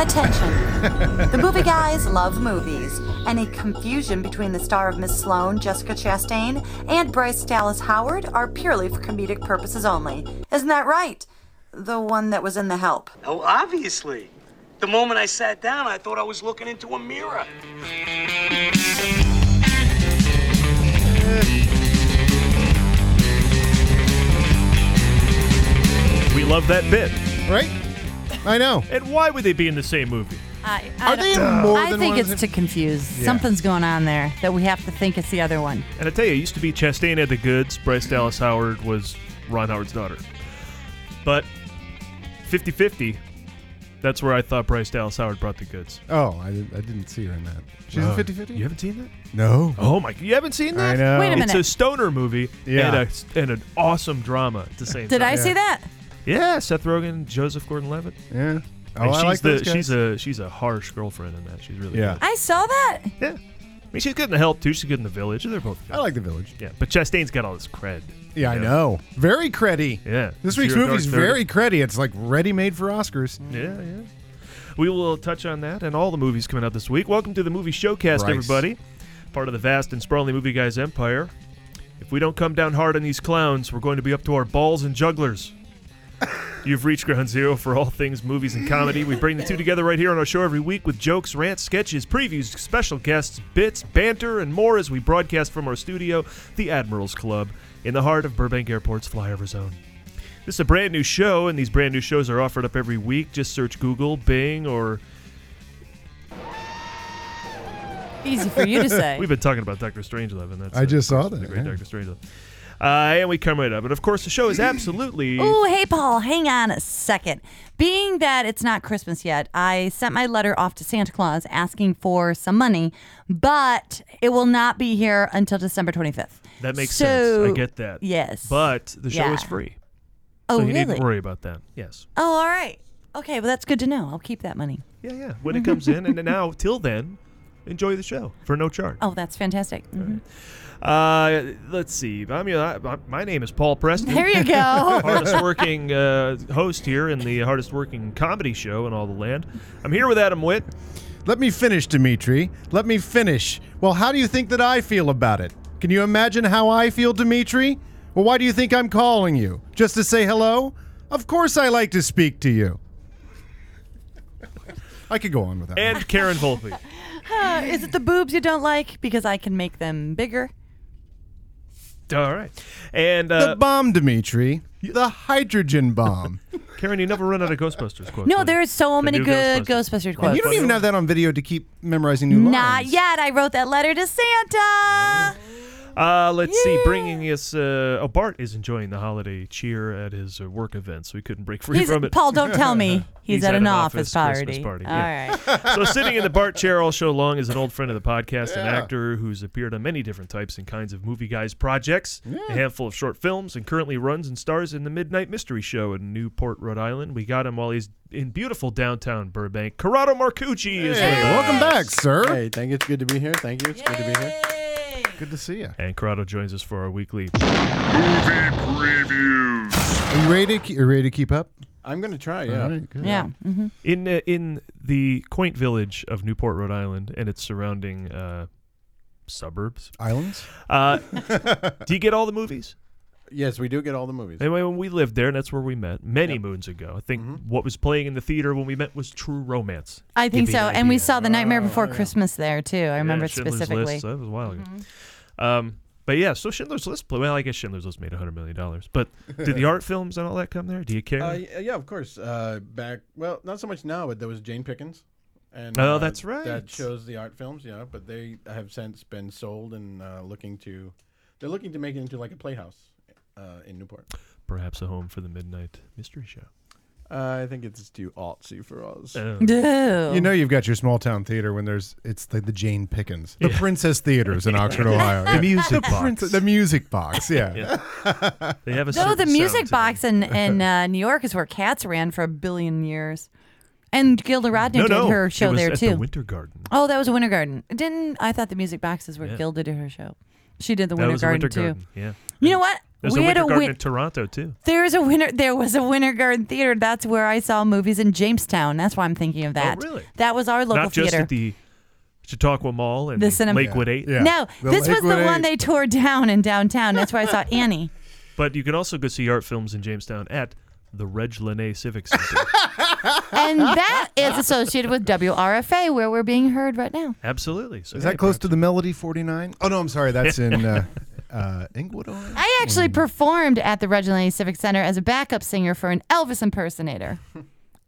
Attention. The movie guys love movies. Any confusion between the star of Miss Sloan, Jessica Chastain, and Bryce Dallas Howard are purely for comedic purposes only. Isn't that right? The one that was in The Help. Oh, obviously. The moment I sat down, I thought I was looking into a mirror. We love that bit. right? I know. And why would they be in the same movie? I, I Are don't- they in more I than think one it's of to the- confuse. Yeah. Something's going on there that we have to think it's the other one. And I tell you, it used to be Chastain had the goods, Bryce Dallas Howard was Ron Howard's daughter. But 50 50, that's where I thought Bryce Dallas Howard brought the goods. Oh, I didn't, I didn't see her in that. She's Oh, in 50 50? You haven't seen that? No. Oh my! You haven't seen I that? know. Wait a It's minute. a stoner movie Yeah. and, a, and an awesome drama at the same Did I time. see that? Yeah, Seth Rogen, Joseph Gordon-Levitt. Yeah. Oh, And I she's like the those guys. she's a she's a harsh girlfriend in that. She's really Yeah. I saw that. good. yeah. I mean, she's good in the help too. She's good in the village. They're both good. I like The Village. yeah. But Chastain's got all this cred. Yeah, I Yeah. know. Very creddy. Yeah. This week's Zero movie's Dark Thirty. very creddy. It's like ready made for Oscars. Yeah, yeah. We will touch on that and all the movies coming out this week. Welcome to the Movie Showcast, Bryce. everybody. Part of the vast and sprawling Movie Guys empire. If we don't come down hard on these clowns, we're going to be up to our balls and jugglers. You've reached ground zero for all things movies and comedy. We bring the two together right here on our show every week with jokes, rants, sketches, previews, special guests, bits, banter, and more as we broadcast from our studio, the Admirals Club, in the heart of Burbank Airport's flyover zone. This is a brand new show, and these brand new shows are offered up every week. Just search Google, Bing, or Easy for you to say. we've been talking about Doctor Strangelove, and that's I uh, just saw the that. great yeah. Doctor Strangelove. Uh, and we come right up, and of course the show is absolutely Ooh, hey, Paul, hang on a second. Being that it's not Christmas yet, I sent my letter off to Santa Claus asking for some money, but it will not be here until December 25th. that makes So- sense. I get that. Yes. but the show Yeah. is free, Oh, so you really? needn't worry about that. Yes. Oh, all right. Okay, well, that's good to know. I'll keep that money. Yeah, yeah. When it comes in, and now till then, enjoy the show for no charge. Oh, that's fantastic. Mhm. Uh, let's see. I'm your, I, my name is Paul Preston. There you go. hardest working uh, host here in the hardest working comedy show in all the land. I'm here with Adam Witt. Let me finish, Dimitri. Let me finish. Well, how do you think that I feel about it? Can you imagine how I feel, Dimitri? Well, why do you think I'm calling you? Just to say hello? Of course I like to speak to you. I could go on with that. and Karen Volpe. Uh, Is it the boobs you don't like? Because I can make them bigger. All right. And the uh, bomb, Dimitri. The hydrogen bomb. Karen, you never run out of Ghostbusters quotes. No, do there you? is so The many new good Ghostbuster quotes. you don't even have that on video to keep memorizing new Not lines. yet. I wrote that letter to Santa. Uh, let's see. Yeah. Bringing us. Uh, oh, Bart is enjoying the holiday cheer at his uh, work event, so he couldn't break free He's, from it. Paul, don't tell me he's, He's at, an, office office, Christmas party. party, All yeah. right. so sitting in the Bart chair all show long is an old friend of the podcast, an actor who's appeared on many different types and kinds of movie guys projects, a handful of short films, and currently runs and stars in the Midnight Mystery Show in Newport, Rhode Island. We got him while he's in beautiful downtown Burbank. Corrado Marcucci is with us. Welcome back, sir. Hey, thank you. It's good to be here. Thank you. It's good to be here. Good to see you. And Corrado joins us for our weekly. Are you ready to, ke- are you ready to keep up? I'm going to try. Yeah. All right, good. Yeah. hmm In uh, in the quaint village of Newport, Rhode Island, and its surrounding uh, suburbs, Islands? uh, do you get all the movies? Yes, we do get all the movies. Anyway, when we lived there, and that's where we met many moons ago. I think what was playing in the theater when we met was True Romance. I think Give so. you an And we idea. saw The Nightmare Before Christmas there, too. I Oh, Yeah, remember it Schindler's specifically. Mm-hmm. List, so that was a while ago. Um, but yeah, so Schindler's List. Well, I guess Schindler's List made hundred million dollars. But did the art films and all that come there? Do you care? Uh, y- yeah, of course. Uh, back, well, not so much now, but there was Jane Pickens. And, Oh, uh, that's right. That shows the art films, yeah. But they have since been sold and uh, looking to, they're looking to make it into like a playhouse uh, in Newport. Perhaps a home for the Midnight Mystery Show. Uh, I think it's too artsy for us. Oh. Dude. You know you've got your small town theater when there's it's like the Jane Pickens, the Princess Theaters in Oxford, Ohio. The music box. the music box. Yeah. They have a No, the certain sound music to box in, in uh, New York is where Cats ran for a billion years. And Gilda Rodner them. did No, no, her show it was there, at too. The Winter Garden. oh, that was a Winter Garden. Didn't I thought the music boxes were Gilda did her show. She did the that Winter was Garden, Winter too. Garden. Yeah. You know what? There's We a had winter a garden win- in Toronto too. There's a winter. There was a Winter Garden Theater. That's where I saw movies in Jamestown. That's why I'm thinking of that. Oh, really? That was our local Not just theater. at the Chautauqua Mall and The cinema- Lakewood Eight. Yeah. No, The this was Lakewood the one Eight. they tore down in downtown. That's where I saw Annie. But you can also go see art films in Jamestown at the Reg Lene Civic Center. And that is associated with WRFA, where we're being heard right now. Absolutely. So Is hey, that close to the Melody 49? Oh, no, I'm sorry. That's in uh, uh, Inglewood, Ohio. I Mm. actually performed at the Reginald Civic Center as a backup singer for an Elvis impersonator.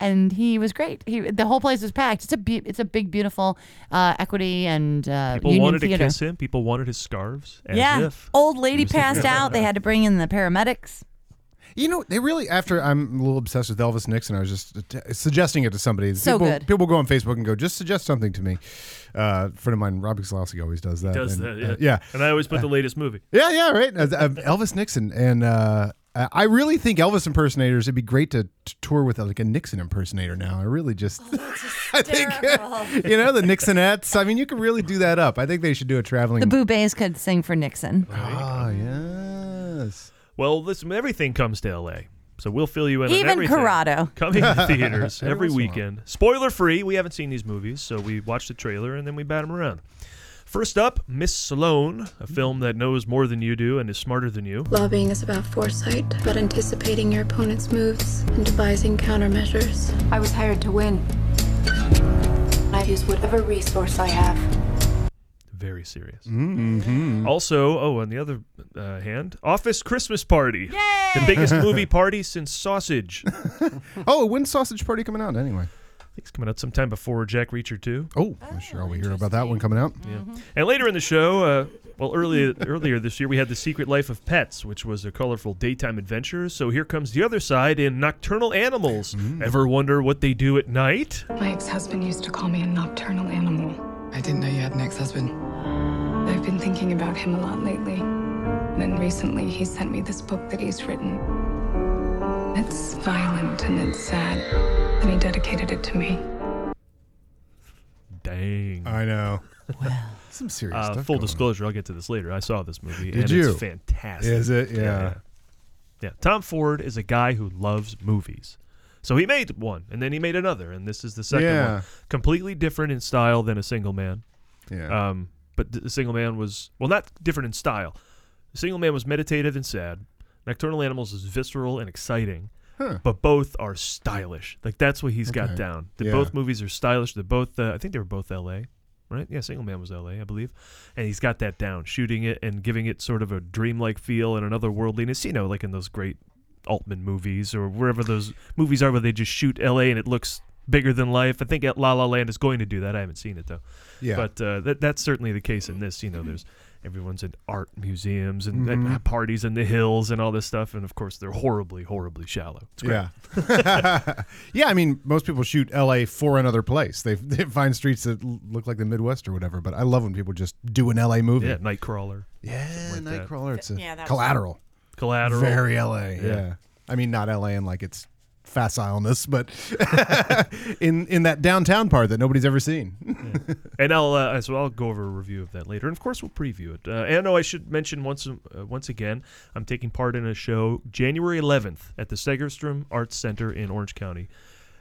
And he was great. He, the whole place was packed. It's a be- it's a big, beautiful uh, equity and uh, People union wanted theater. to kiss him. People wanted his scarves. As yeah, Oh. if. old lady passed out. They had to bring in the paramedics. You know, they really, after I'm a little obsessed with Elvis Nixon, I was just uh, t- suggesting it to somebody. So people, good. People go on Facebook and go, just suggest something to me. Uh, a friend of mine, Robbie Kozlowski, always does that. Does And, that? uh, Yeah. yeah. And I always put the latest movie. Yeah, yeah, right. Uh, uh, Elvis Nixon. And uh, I I really think Elvis impersonators, it'd be great to, to tour with uh, like a Nixon impersonator now. I really just, I think, you know, the Nixonettes. I mean, you could really do that up. I think they should do a traveling. The Boo Bays could sing for Nixon. ah, yes. Well, listen, everything comes to L.A., so we'll fill you in. Even on everything. Corrado. coming to theaters Every every once in a while. weekend. Spoiler free. We haven't seen these movies, so we watch the trailer and then we bat them around. First up, Miss Sloane, a film that knows more than you do and is smarter than you. Lobbying is about foresight, about anticipating your opponent's moves and devising countermeasures. I was hired to win. I use whatever resource I have. Very serious. Also, oh, on the other uh, hand, Office Christmas Party, the biggest movie party since Sausage. I Oh, when's Sausage Party coming out anyway? think it's coming out sometime before Jack Reacher too. Oh, I'm sure we hear about that one coming out. And later in the show, uh, well, earlier earlier this year, we had The Secret Life of Pets, which was a colorful daytime adventure. So here comes the other side in Nocturnal Animals. Ever wonder what they do at night? My ex husband used to call me a nocturnal animal. I didn't know you had an ex-husband. I've been thinking about him a lot lately. Then recently, he sent me this book that he's written. It's violent and it's sad, and he dedicated it to me. Dang. I know. Some serious Uh, stuff. full going on. disclosure, I'll get to this later. I saw this movie. Did and you? It's fantastic. Is it? Yeah. Yeah. Tom Ford is a guy who loves movies. So he made one, and then he made another, and this is the second Yeah. one. Completely different in style than A Single Man. Yeah. Um, but th- the single man was well, not different in style. The single man was meditative and sad. Nocturnal Animals is visceral and exciting, but both are stylish. Like that's what he's got Okay. down. The Yeah. both movies are stylish. They're both. Uh, I think they were both L.A. Right? Yeah, Single Man was L.A. I believe, and he's got that down. Shooting it and giving it sort of a dreamlike feel and another worldliness. You know, like in those great Altman movies or wherever those movies are where they just shoot L.A. and it looks bigger than life. I think La La Land is going to do that. I haven't seen it though. yeah. But uh, that that's certainly the case in this. You know, there's everyone's in art museums and, Mm-hmm. and parties in the hills and all this stuff, and of course they're horribly, horribly shallow. It's great. yeah. yeah, I mean, most people shoot LA for another place. They, they find streets that l- look like the Midwest or whatever, but I love when people just do an LA movie. yeah, Nightcrawler, Yeah, Something like that. Nightcrawler. It's a Yeah, that was- collateral. Collateral. Very LA. Yeah. I mean, not LA in like its facileness, but in in that downtown part that nobody's ever seen. And I'll uh, so I'll go over a review of that later, and of course we'll preview it. Uh, and oh, I should mention once uh, once again, I'm taking part in a show January 11th at the Segerstrom Arts Center in Orange County.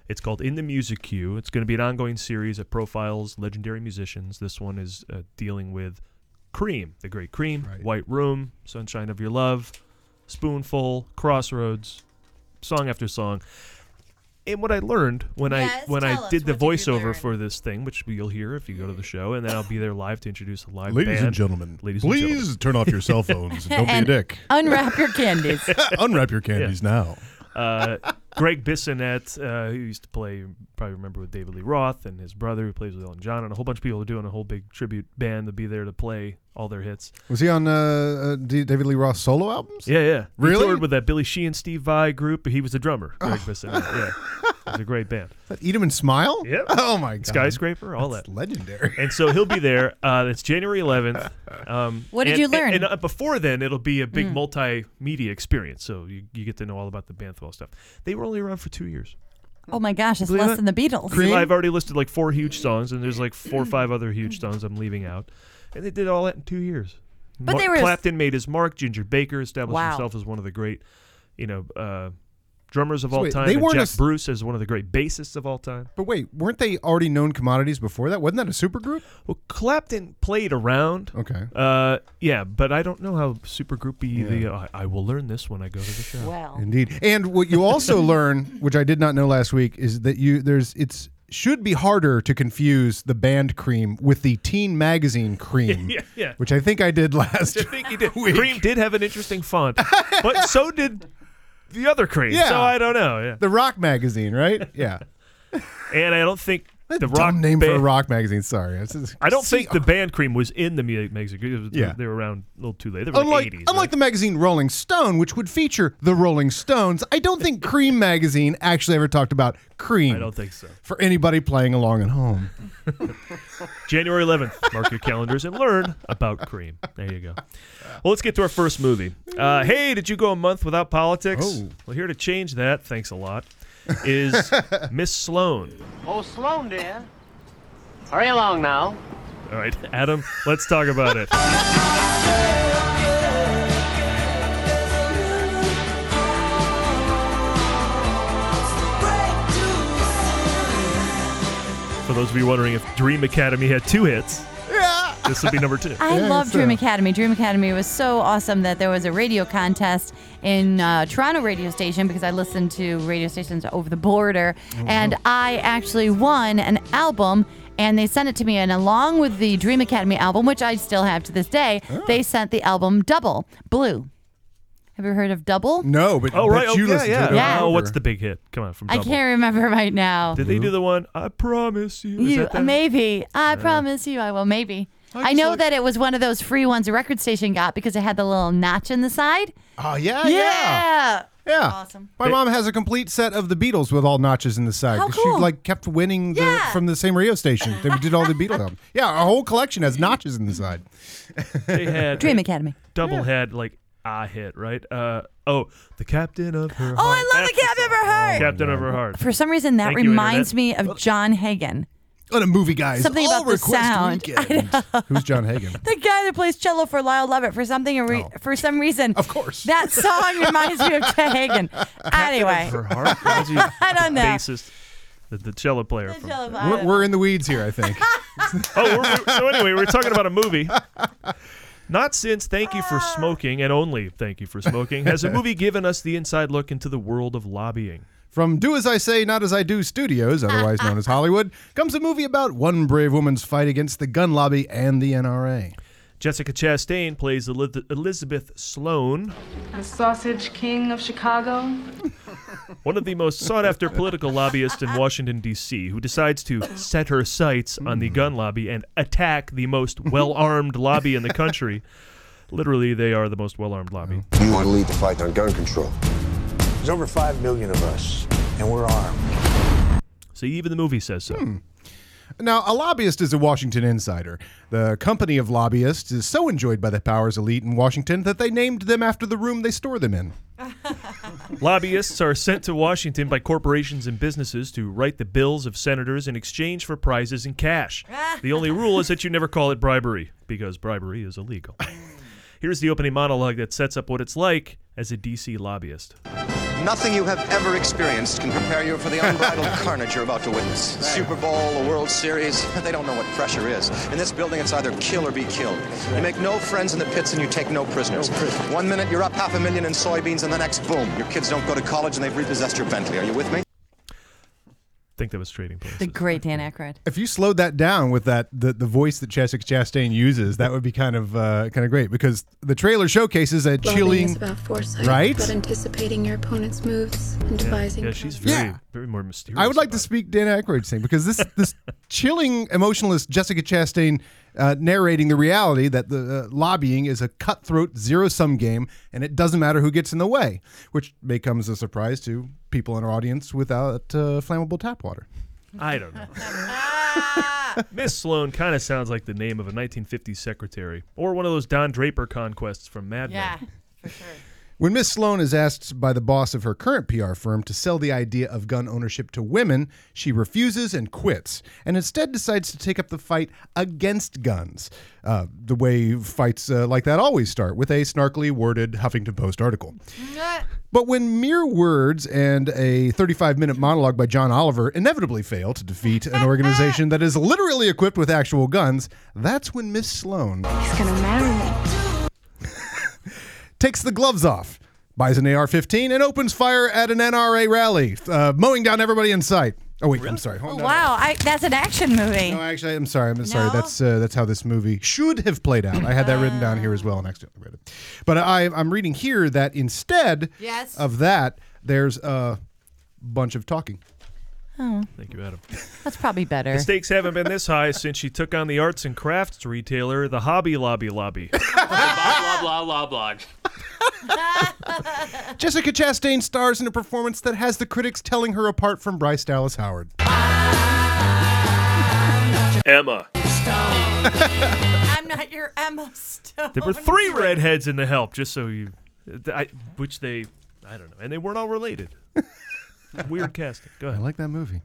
It's called In the Music Queue. It's going to be an ongoing series that profiles legendary musicians. This one is uh, dealing with Cream, The Great Cream, White Room, Sunshine of Your Love, Spoonful, Crossroads, song after song. And what I learned when Yes, I when tell I us, did the what did you learn? voiceover for this thing, which you'll hear if you go to the show, and then I'll be there live to introduce a live Ladies and band. gentlemen, Ladies and please gentlemen. turn off your cell phones and don't And- be a dick. Unwrap your candies. Unwrap your candies now. uh, Greg Bissonette, uh, who used to play, you probably remember with David Lee Roth and his brother who plays with Elton John, and a whole bunch of people are doing a whole big tribute band to be there to play all their hits. Was he on uh, uh, D- David Lee Roth solo albums? Yeah, yeah. Really? He toured with that Billy Sheehan, Steve Vai group. He was the drummer, Greg Bissonette. Yeah, it was a great band. That Eat 'em and Smile? Yep. Oh my god. Skyscraper, all that. That's legendary. and so he'll be there. Uh, it's January 11th. Um, What did and- you learn? Mm. And, and, uh, before then, it'll be a big multimedia experience, so you, you get to know all about the Banthwell stuff. They were only around for two years. Oh my gosh, it's Believe less it? than the Beatles. Cream? I've already listed like Mm. four huge songs, and there's like four or five other huge songs I'm leaving out, and they did all that in two years. But they were- Clapton made his mark. Ginger Baker established Wow. himself as one of the great, you know, uh, drummers of So all wait, time. they and weren't a Jack s- Bruce as one of the great bassists of all time. But wait, weren't they already known commodities before that? Wasn't that a supergroup? Well, Clapton played around. Okay. Uh, yeah, but I don't know how super groupy the. uh, I, I will learn this when I go to the show. Well, Indeed. And what you also learn, which I did not know last week, is that you there's it's should be harder to confuse the band cream with the teen magazine cream. Yeah, yeah. Which I think I did last I think he did. Cream did have an interesting font, but so did the other Cream. Yeah. So I don't know. Yeah. The rock magazine, right? Yeah. And I don't think the Dumb rock name for a band- rock magazine. Sorry. This is- I don't think the See, band Cream was in the music magazine. It was- Yeah. They were around a little too late. They were Unlike, like 80s. unlike the magazine Rolling Stone, which would feature the Rolling Stones, I don't think Cream magazine actually ever talked about cream. I don't think so. For anybody playing along at home. January 11th. Mark your calendars and learn about Cream. There you go. Well, let's get to our first movie. Uh, hey, did you go a month without politics? Oh. Well, here to change that, thanks a lot, is Miss Sloan. Oh, Sloan, dear. Hurry along now. All right, Adam, let's talk about it. For those of you wondering if Dream Academy had two hits, this would be number two. I Yeah, love it's, Dream uh, Academy. Dream Academy was so awesome that there was a radio contest in uh, Toronto radio station because I listened to radio stations over the border, Oh, and I actually won an album. And they sent it to me, and along with the Dream Academy album, which I still have to this day, Oh. they sent the album Double Blue. Have you heard of Double? No, but, Oh, right. but Oh, you yeah, listened yeah. to it. Yeah. Oh, what's the big hit? Come on, from I Double. can't remember right now. Did they do the one, I promise you? Is You that that? maybe. I promise you, I will. Maybe. I, just know like- that it was one of those free ones a record station got because it had the little notch in the side. Oh yeah, yeah, yeah. Awesome. My mom has a complete set of the Beatles with all notches in the side. How 'cause cool. She like kept winning the, Yeah. from the same radio station that we did all the Beatles albums. Yeah, our whole collection has notches in the side. They had Dream Academy. Double had like a hit, right? Uh, oh, the captain of her. Oh, I love the That's Captain of Her Heart. Captain of her heart. For some reason, that Thank you, reminds me of John Hagen, What a movie guy! is Something all about the request sound. weekend. Who's John Hagen? the guy that plays cello for Lyle Lovett. For something, re- Oh. for some reason, Of course. that song reminds me of John Hagen. Anyway, her heart. Why is he the I don't know. Bassist, the, the cello player. The from- cello- We're, we're in the weeds here, I think. Oh, we're, we- so anyway, we're talking about a movie. Not since Thank You Ah. for Smoking and only Thank You for Smoking has a movie given us the inside look into the world of lobbying. From Do As I Say, Not As I Do Studios, otherwise known as Hollywood, comes a movie about one brave woman's fight against the gun lobby and the NRA. Jessica Chastain plays Eliz- Elizabeth Sloan, The sausage king of Chicago. one of the most sought after political lobbyists in Washington, D.C., who decides to set her sights on the gun lobby and attack the most well armed lobby in the country. Literally, they are the most well armed lobby. You want to lead the fight on gun control. There's over 5 million of us, and we're armed. So even the movie says so. Now, a lobbyist is a Washington insider. The company of lobbyists is so enjoyed by the powers elite in Washington that they named them after the room they store them in. Lobbyists are sent to Washington by corporations and businesses to write the bills of senators in exchange for prizes in cash. The only rule is that you never call it bribery, because bribery is illegal. Here's the opening monologue that sets up what it's like as a D.C. lobbyist. Nothing you have ever experienced can prepare you for the unbridled carnage you're about to witness. The Super Bowl, a World Series, they don't know what pressure is. In this building, it's either kill or be killed. You make no friends in the pits and you take no prisoners. One minute, you're up half a million in soybeans, and the next, boom, your kids don't go to college and they've repossessed your Bentley. Are you with me? think that was Trading Places. the great Dan Aykroyd. If you slowed that down with that the, the voice that Jessica Chastain uses, that would be kind of uh, kind of great because the trailer showcases a Lobbying is chilling. about foresight, Right? about anticipating your opponent's moves and devising. yeah, she's counters. very, Yeah. very more mysterious. I would like to about it. speak Dan Aykroyd's thing because this this chilling emotionalist Jessica Chastain uh, narrating the reality that the uh, lobbying is a cutthroat zero sum game and it doesn't matter who gets in the way, which may come as a surprise to people in our audience without uh, flammable tap water. I don't know. Miss Sloan kind of sounds like the name of a 1950s secretary or one of those Don Draper conquests from Mad Men. Yeah. When Miss Sloan is asked by the boss of her current PR firm to sell the idea of gun ownership to women, she refuses and quits, and instead decides to take up the fight against guns. Uh, the way fights uh, like that always start with a snarkily worded Huffington Post article. But when mere words and a 35 minute monologue by John Oliver inevitably fail to defeat an organization that is literally equipped with actual guns, that's when Miss Sloan He's gonna marry me. takes the gloves off, buys an AR 15, and opens fire at an NRA rally, uh, mowing down everybody in sight. Oh, wait, I'm sorry. Hold on. Wow, I, that's an action movie. No, actually, I'm sorry. I'm sorry. That's uh, that's how this movie should have played out. I had that written down here as well, and accidentally read it. But I, I'm reading here that instead Yes. of that, there's a bunch of talking. Oh, Thank you, Adam. that's probably better. The stakes haven't been this high since she took on the arts and crafts retailer, the Hobby Lobby Lobby. blah blah blah blah. Jessica Chastain stars in a performance that has the critics telling her apart from Bryce Dallas Howard. Emma. I'm not your Emma Stone. There were three redheads in the help, just so you, I, which they, I don't know, and they weren't all related. Weird casting. Go I ahead. like that movie.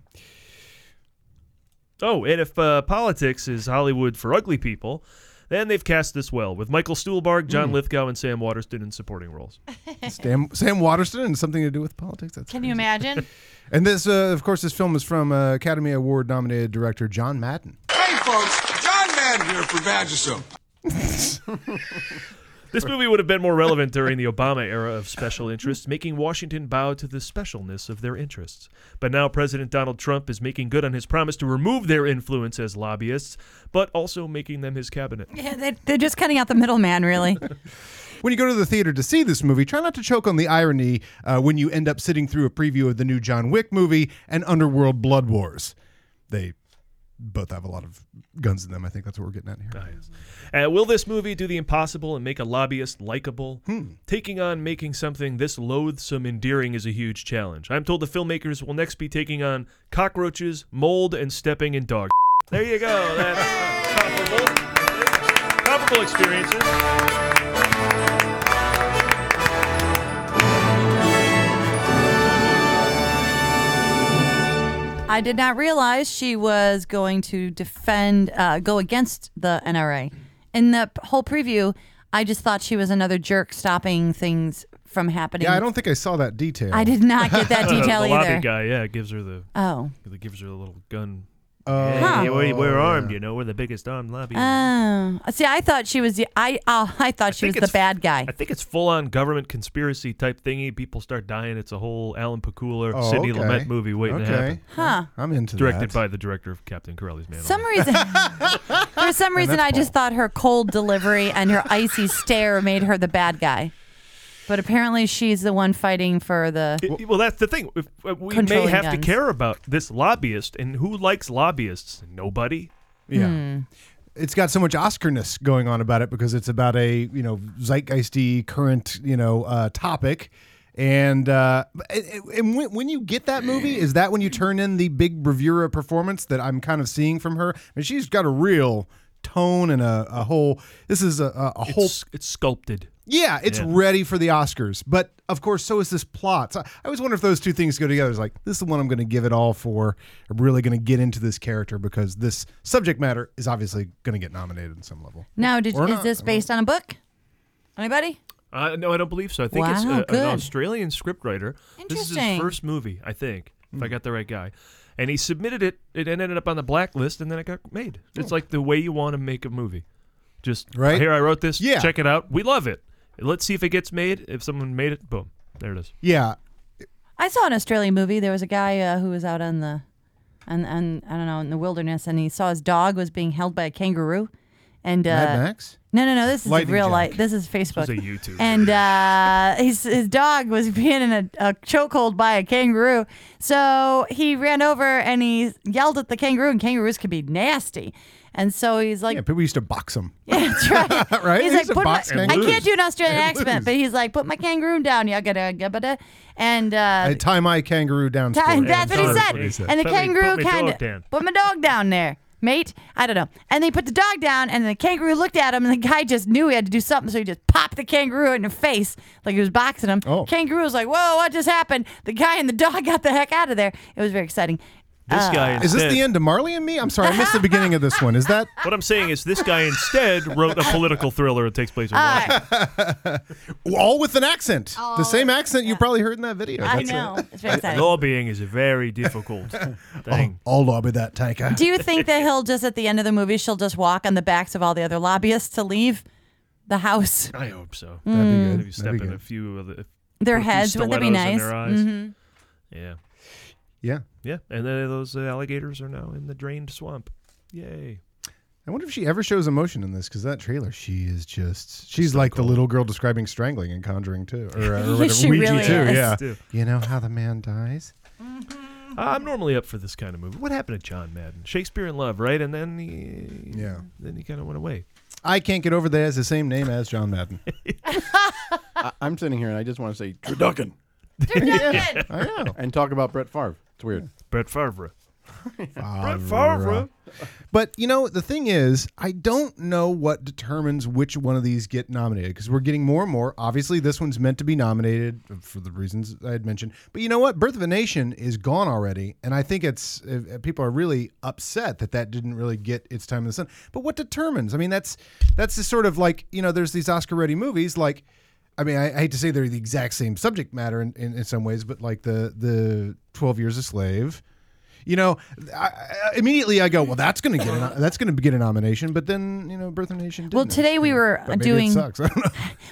Oh, and if uh, politics is Hollywood for ugly people, then they've cast this well with Michael Stuhlbarg, John Lithgow, and Sam Waterston in supporting roles. Sam, Sam Waterston and something to do with politics. That's Can you imagine? And this, uh, of course, this film is from uh, Academy Award nominated director John Madden. Hey, folks, John Madden here for Vagisil. This movie would have been more relevant during the Obama era of special interests, making Washington bow to the specialness of their interests. But now President Donald Trump is making good on his promise to remove their influence as lobbyists, but also making them his cabinet. yeah, they, they're just cutting out the middleman, really. When you go to the theater to see this movie, try not to choke on the irony uh, when you end up sitting through a preview of the new John Wick movie and Underworld Blood Wars. They both have a lot of guns in them. I think that's what we're getting at here. Uh, will this movie do the impossible and make a lobbyist likable? Hmm. Taking on making something this loathsome endearing is a huge challenge. I'm told the filmmakers will next be taking on cockroaches, mold, and stepping in dog. there you go. That's comparable. Comparable experiences. I did not realize she was going to defend, uh, go against the NRA. In the p- whole preview, I just thought she was another jerk stopping things from happening. Yeah, I don't think I saw that detail. I did not get that detail Uh, the either. lobby guy, yeah, gives her the Uh. Oh. gives her the little gun. Oh. Yeah, yeah, Huh. we, Oh, we're yeah. armed, you know. We're the biggest armed lobby. Oh, see, I thought she was the I. Uh, I thought she was think the it's- bad guy. I think it's full on government conspiracy type thingy. People start dying. It's a whole Alan Pakula, Oh, Sidney okay. Lumet movie waiting to Okay. happen. Huh. I'm into Directed that. by the director of Captain Corelli's Man. some reason, for some reason, I just thought her cold delivery and her icy stare made her the bad guy. But apparently, she's the one fighting for the. It- well, that's the thing. If, uh, we may Controlling have to guns. care about this lobbyist and who likes lobbyists. Nobody. Yeah. It's got so much Oscarness going on about it because it's about a you know zeitgeisty current you know uh, topic, and uh, it- it- and when, when you get that movie, is that when you turn in the big bravura performance that I'm kind of seeing from her? I mean, she's got a real tone and a, a whole. This is a, a, a whole. It's, it's sculpted. Yeah, it's Yeah. ready for the Oscars, but of course, so is this plot. So I always wonder if those two things go together. It's like this is the one I'm going to give it all for. I'm really going to get into this character because this subject matter is obviously going to get nominated at some level. Now, did, Or is not, this I based on a book? Anybody? Uh, no, I don't believe so. I think it's Wow, a, good. an Australian scriptwriter. This is his Interesting. first movie, I think, if Hmm. I got the right guy. And he submitted it. It ended up on the blacklist, and then it got made. It's like the way you want to make a movie. Just Right? here, I wrote this. Yeah. check it out. We love it. Let's see if it gets made. If someone made it, boom, there it is. Yeah, I saw an Australian movie. There was a guy uh, who was out on the, on, on, I don't know, in the wilderness, and he saw his dog was being held by a kangaroo. And uh, Mad Max? No, no, no. This is a Lightning real Jack. life. This is Facebook. was a YouTube And uh, his his dog was being in a, a chokehold by a kangaroo, so he ran over and he yelled at the kangaroo. And kangaroos can be nasty, and so he's like, yeah, people used to box them. yeah, that's right. Right? He's He's like, a put my, box I kangaroo. can't do an Australian And accent, lose. but he's like, put my kangaroo down, yagada and uh, I tie my kangaroo down. ta- sport. that's what he that's said. what he said. And the Put me- put kangaroo me kind dog down. of put my dog down there. mate. I don't know. And they put the dog down, and the kangaroo looked at him, and the guy just knew he had to do something, so he just popped the kangaroo in the face like he was boxing him. Oh. Kangaroo was like, "Whoa, what just happened?" The guy and the dog got the heck out of there. It was very exciting. Uh, Is this the end of Marley and Me? I'm sorry, I missed the beginning of this one. Is that What I'm saying is, this guy instead wrote a political thriller that takes place in Washington. all with an accent? the same accent you probably heard in that video. Oh, I That's it. know. It's very exciting. Lobbying is a very difficult Oh, thing. I'll, I'll lobby that tanker. Do you think that he'll just at the end of the movie she'll just walk on the backs of all the other lobbyists to leave the house? I hope so. That'd be Mm. good. Maybe step That'd be in good. a few of the Their put a few heads, wouldn't that be stilettos in nice? their eyes. Mhm. Yeah. Yeah. Yeah. And then those uh, alligators are now in the drained swamp. Yay. I wonder if she ever shows emotion in this because that trailer, she is just she's like the little girl describing strangling and Conjuring too, or, uh, or whatever, She Ouija really too. is. Yeah, Dude. you know how the man dies. I'm normally up for this kind of movie. What happened to John Madden? Shakespeare in Love, right? And then he, Yeah. then he kind of went away. I can't get over that it has the same name as John Madden. I, I'm sitting here and I just want to say Turducken. Turducken! I know. And talk about Brett Favre. It's weird. Brett Favre. Brett Favre. But you know the thing is, I don't know what determines which one of these get nominated because we're getting more and more. Obviously, this one's meant to be nominated uh, for the reasons I had mentioned. But you know what? Birth of a Nation is gone already, and I think it's uh, uh, people are really upset that that didn't really get its time in the sun. But what determines? I mean, that's that's the sort of like you know, there's these Oscar-ready movies like. I mean, I, I hate to say they're the exact same subject matter in, in, in some ways, but like the the Twelve Years a Slave, you know, I, I, immediately I go, well, that's going to get a, that's going to get a nomination, but then you know, Birth of a Nation. Didn't Well, today we were But maybe doing It sucks. I don't know.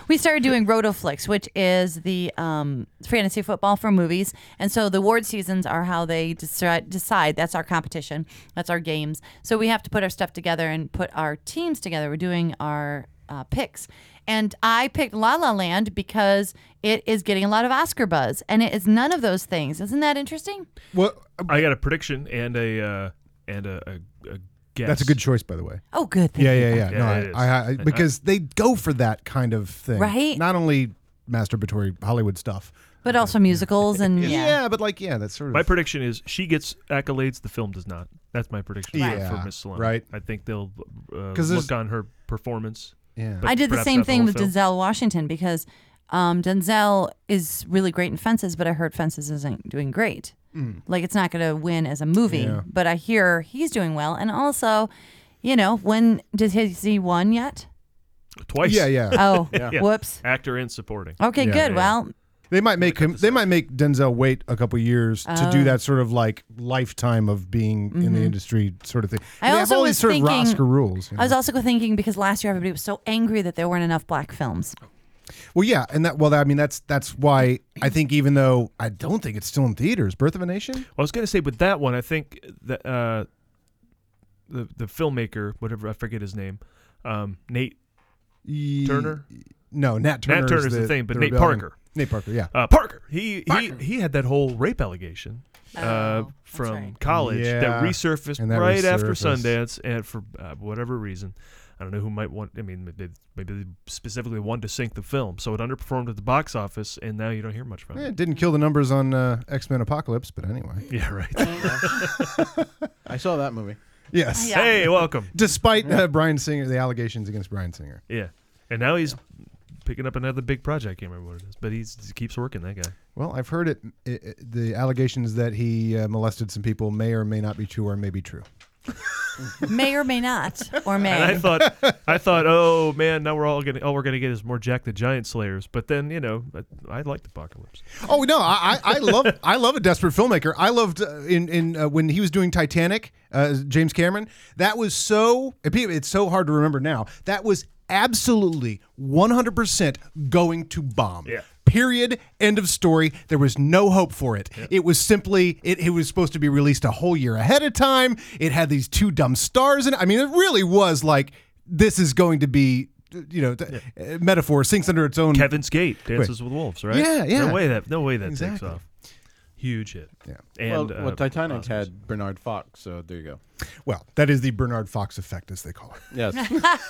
we started doing Rotoflix, which is the um, fantasy football for movies. And so the award seasons are how they decide, decide. That's our competition. That's our games. So we have to put our stuff together and put our teams together. We're doing our uh, picks. And I picked La La Land because it is getting a lot of Oscar buzz, and it is none of those things. Isn't that interesting? Well, I got a prediction and a uh, and a, a, a guess. that's a good choice, by the way. Oh, good. Yeah, yeah, yeah. Yeah, no, it is. I, I, I, And I- because they go for that kind of thing, Right? Not only masturbatory Hollywood stuff. But also musicals and Mm, yeah. but like, yeah, that's sort of My prediction is she gets accolades, the film does not. That's my prediction for- Right. for Yeah, Miss Sloan. right. I think they'll uh, 'Cause there's- look on her performance. Yeah. but I did the perhaps same not thing whole with film. Denzel Washington because um, Denzel is really great in Fences, but I heard Fences isn't doing great. Mm. Like it's not going to win as a movie, Yeah. but I hear he's doing well. And also, you know, when did he see one yet? Twice. Yeah, yeah. Oh, whoops. Actor and supporting. Okay, Yeah. good. Yeah. Well, They might make him. They might make Denzel wait a couple years to Oh. do that sort of like lifetime of being in the Mhm. industry sort of thing. I they also have all was these sort thinking. of Oscar rules. you I was know? also thinking because last year everybody was so angry that there weren't enough black films. well, yeah, and that. Well, I mean, that's that's why I think even though I don't think it's still in theaters, Birth of a Nation. Well, I was going to say with that one, I think that uh, the the filmmaker, whatever I forget his name, um, Nate Turner. No, Nat Turner. Nat Turner's the, thing, but Nate rebellion- Parker. Nate Parker, yeah. Uh, Parker. He he he had that whole rape allegation uh, from college Yeah, that resurfaced and that right after resurfaced. Sundance, and for uh, whatever reason, I don't know who might want. I mean, maybe, maybe they specifically wanted to sink the film, so it underperformed at the box office, and now you don't hear much from Eh, it. it didn't kill the numbers on uh, X Men Apocalypse, but anyway. Yeah, right. I saw that movie. Yes. Yeah. Hey, welcome. Despite uh, Brian Singer, the allegations against Brian Singer. Yeah, and now he's picking up another big project. I can't remember what it is, but he's, he keeps working. That guy. Well, I've heard it, it, it- The allegations that he uh, molested some people may or may not be true, or may be true. may or may not, or may. And I thought, I thought, oh man, now we're all gonna, all we're gonna get is more Jack the Giant Slayers. But then, you know, I, I like the apocalypse. Oh no, I, I, I love I love a desperate filmmaker. I loved uh, in in uh, when he was doing Titanic, uh, James Cameron. That was so it's so hard to remember now. That was absolutely 100% going to bomb. Yeah. Period. End of story. There was no hope for it. It was simply it, it was supposed to be released a whole year ahead of time. It had these two dumb stars in it. I mean, it really was like this is going to be you know, th- uh, metaphor sinks under its own. Kevin's Gate dances with wolves, right? Yeah, yeah. No way that, no way that Exactly. takes off. Huge hit. Yeah. Well, And uh, well, Titanic Oscars. had Bernard Fox, so there you go. Well, that is the Bernard Fox effect, as they call it. Yes.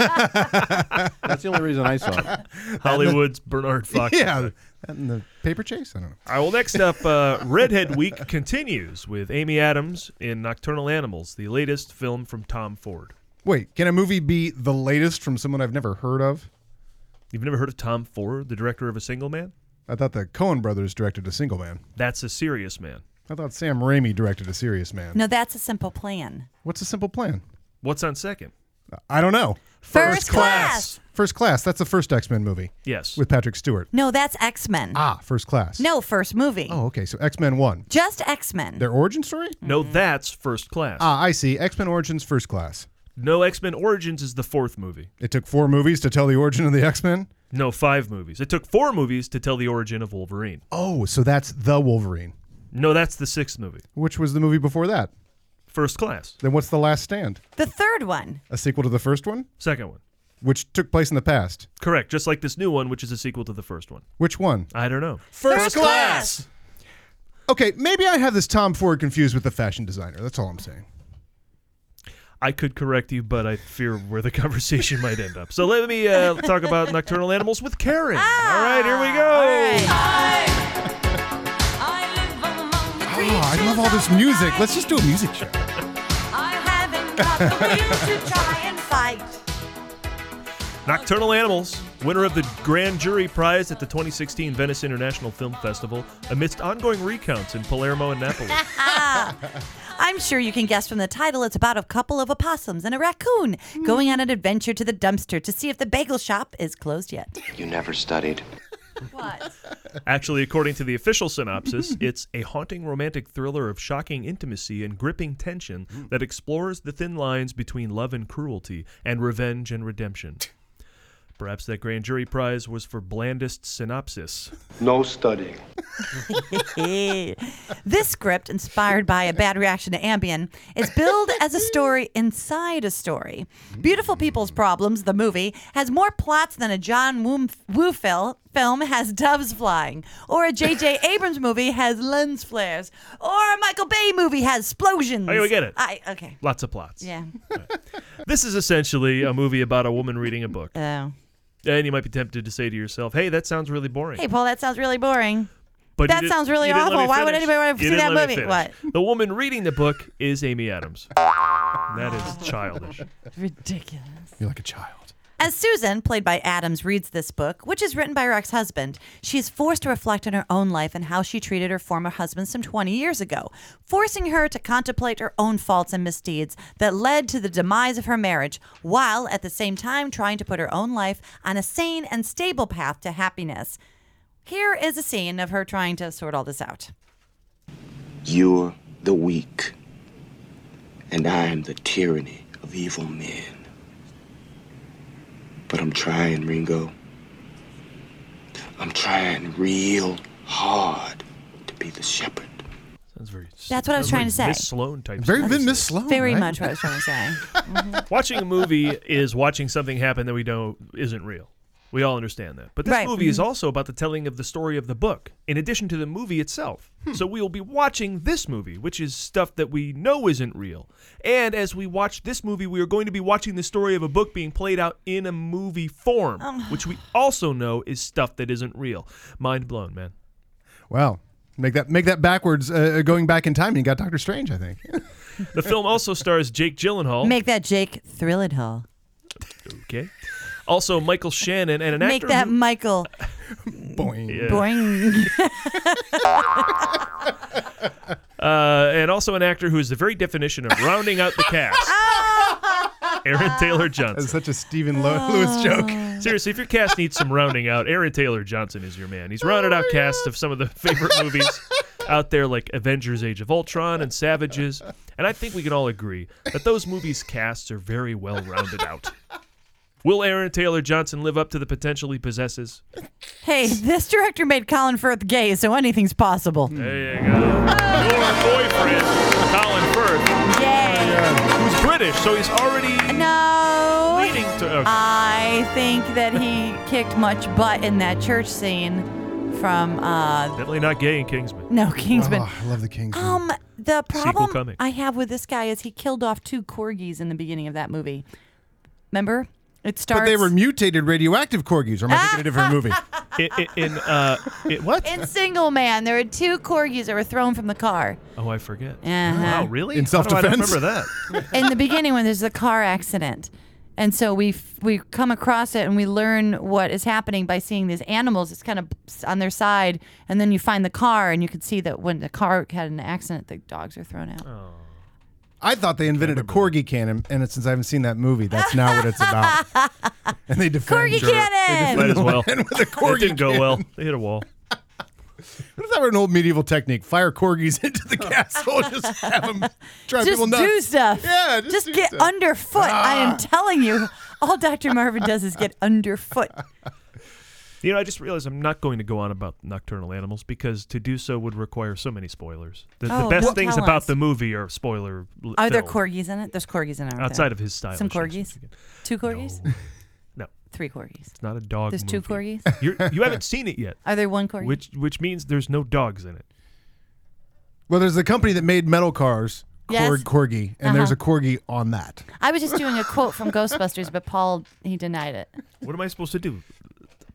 That's the only reason I saw it. Hollywood's Bernard Fox Yeah, effect. and the paper chase. I don't know. All right, well, next up, uh, Redhead Week continues with Amy Adams in Nocturnal Animals, the latest film from Tom Ford. Wait, can a movie be the latest from someone I've never heard of? You've never heard of Tom Ford, the director of A Single Man? I thought the Cohen brothers directed a single man. That's a serious man. I thought Sam Raimi directed a serious man. No, that's a simple plan. What's a simple plan? What's on second? I don't know. First First Class. First class. That's the first X Men movie. Yes. With Patrick Stewart. No, that's X Men. Ah, first class. No, first movie. Oh, okay. So X Men one. Just X Men. Their origin story? No, that's First Class. Ah, I see. X Men Origins First Class. No, X Men Origins is the fourth movie. It took four movies to tell the origin of the X Men. No, five movies. It took four movies to tell the origin of Wolverine. Oh, so that's the Wolverine, No, that's the sixth movie. which was the movie before that. First Class. Then what's the Last Stand? The third one. A sequel to the first one, Second one. which took place in the past. Correct. Just like this new one, which is a sequel to the first one. Which one? I don't know. First class. Okay, maybe I have this Tom Ford confused with the fashion designer. That's all I'm saying. I could correct you, but I fear where the conversation might end up. So let me uh, talk about Nocturnal Animals with Karen. all right, here we go. Oh, I love all this music. Let's just do a music show. Nocturnal Animals, winner of the Grand Jury Prize at the 2016 Venice International Film Festival, amidst ongoing recounts in Palermo and Napoli. I'm sure you can guess from the title it's about a couple of opossums and a raccoon going on an adventure to the dumpster to see if the bagel shop is closed yet. You never studied. What? Actually, according to the official synopsis, it's a haunting romantic thriller of shocking intimacy and gripping tension that explores the thin lines between love and cruelty and revenge and redemption. Perhaps that grand jury prize was for blandest synopsis. No studying. this script, inspired by a bad reaction to Ambien, is billed as a story inside a story. Beautiful People's Problems, the movie, has more plots than a John Woo, Woo fil- film has doves flying, or a J.J. Abrams movie has lens flares, or a Michael Bay movie has explosions. Okay, Oh, we get it. I, okay. Lots of plots. Yeah. This is essentially a movie about a woman reading a book. Oh. And you might be tempted to say to yourself, hey, that sounds really boring. Hey, Paul, that sounds really boring. But you that did- sounds really you didn't let awful. me Why would finish. anybody want to You see that didn't let me movie? What? finish. The woman reading the book is Amy Adams. that is childish. Ridiculous. You're like a child. As Susan, played by Adams, reads this book, which is written by her ex husband, she is forced to reflect on her own life and how she treated her former husband some 20 years ago, forcing her to contemplate her own faults and misdeeds that led to the demise of her marriage, while at the same time trying to put her own life on a sane and stable path to happiness. Here is a scene of her trying to sort all this out. You're the weak, and I'm the tyranny of evil men. But I'm trying, Ringo. I'm trying real hard to be the shepherd. Sounds very. That's what I was trying to say. Miss Sloan type. Very stuff. Miss Sloan. Very right? much what I was trying to say. Watching a movie is watching something happen that we know isn't real. We all understand that. But this Right. mhm. movie is also about the telling of the story of the book, in addition to the movie itself. Hmm. So we will be watching this movie, which is stuff that we know isn't real. And as we watch this movie, we are going to be watching the story of a book being played out in a movie form, Um. which we also know is stuff that isn't real. Mind blown, man. Wow. Make that make that backwards. Uh, going back in time, you got Doctor Strange. I think. The film also stars Jake Gyllenhaal. Make that Jake Thrilled Hall. okay. Also, Michael Shannon and an Make actor. that who- Michael. Boing. Yeah. Boing. Uh, and also an actor who is the very definition of rounding out the cast. Aaron Taylor Johnson. That's such a Stephen Lo- Oh, Lewis joke. Seriously, if your cast needs some rounding out, Aaron Taylor Johnson is your man. He's rounded out casts of some of the favorite movies out there, like Avengers: Age of Ultron and Savages. And I think we can all agree that those movies' casts are very well rounded out. Will Aaron Taylor Johnson live up to the potential he possesses? Hey, this director made Colin Firth gay, so anything's possible. There you go. Your boyfriend, Colin Firth, Yay. who's British, so he's already No. leading to. okay. I think that he kicked much butt in that church scene from uh, Definitely not gay in Kingsman. No, Kingsman. Oh, I love the Kingsman. Um, the Sequel problem coming. I have with this guy is he killed off two corgis in the beginning of that movie. Remember? It starts. But they were mutated radioactive corgis, or am I thinking a different movie? in, in uh, it, what? in Single Man, there were two corgis that were thrown from the car. Oh, I forget. Uh-huh. Wow, really? In How do I self-defense? remember that. in the beginning when there's a car accident. And so we f- we come across it and we learn what is happening by seeing these animals. It's kind of on their side, and then you find the car and you can see that when the car had an accident, the dogs are thrown out. Oh. I thought they invented a corgi cannon, and since I haven't seen that movie, that's now what it's about. and they defend Corgi Sure. cannon! They Might defend as the well. land with a it corgi didn't go cannon. well. They hit a wall. What if that were an old medieval technique? Fire corgis into the castle and just have them drive Just people nuts. do stuff. Yeah, just, do get stuff. Ah. underfoot. I am telling you, all Dr. Marvin does is get underfoot. You know, I just realized I'm not going to go on about nocturnal animals because to do so would require so many spoilers. The, the Oh, best well, things tell about us. the movie are spoiler. Are there corgis in it? There's corgis in it. aren't there? Outside of his style. Some corgis. Two corgis? No, Three corgis. it's not a dog. There's two movie. corgis? You're, you haven't seen it yet, Are there one corgi? which which means there's no dogs in it. Well, there's a company that made metal cars, Yes. Uh-huh. Korg, Corgi, and there's a corgi on that. I was just doing a quote from Ghostbusters, but Paul he denied it. What am I supposed to do?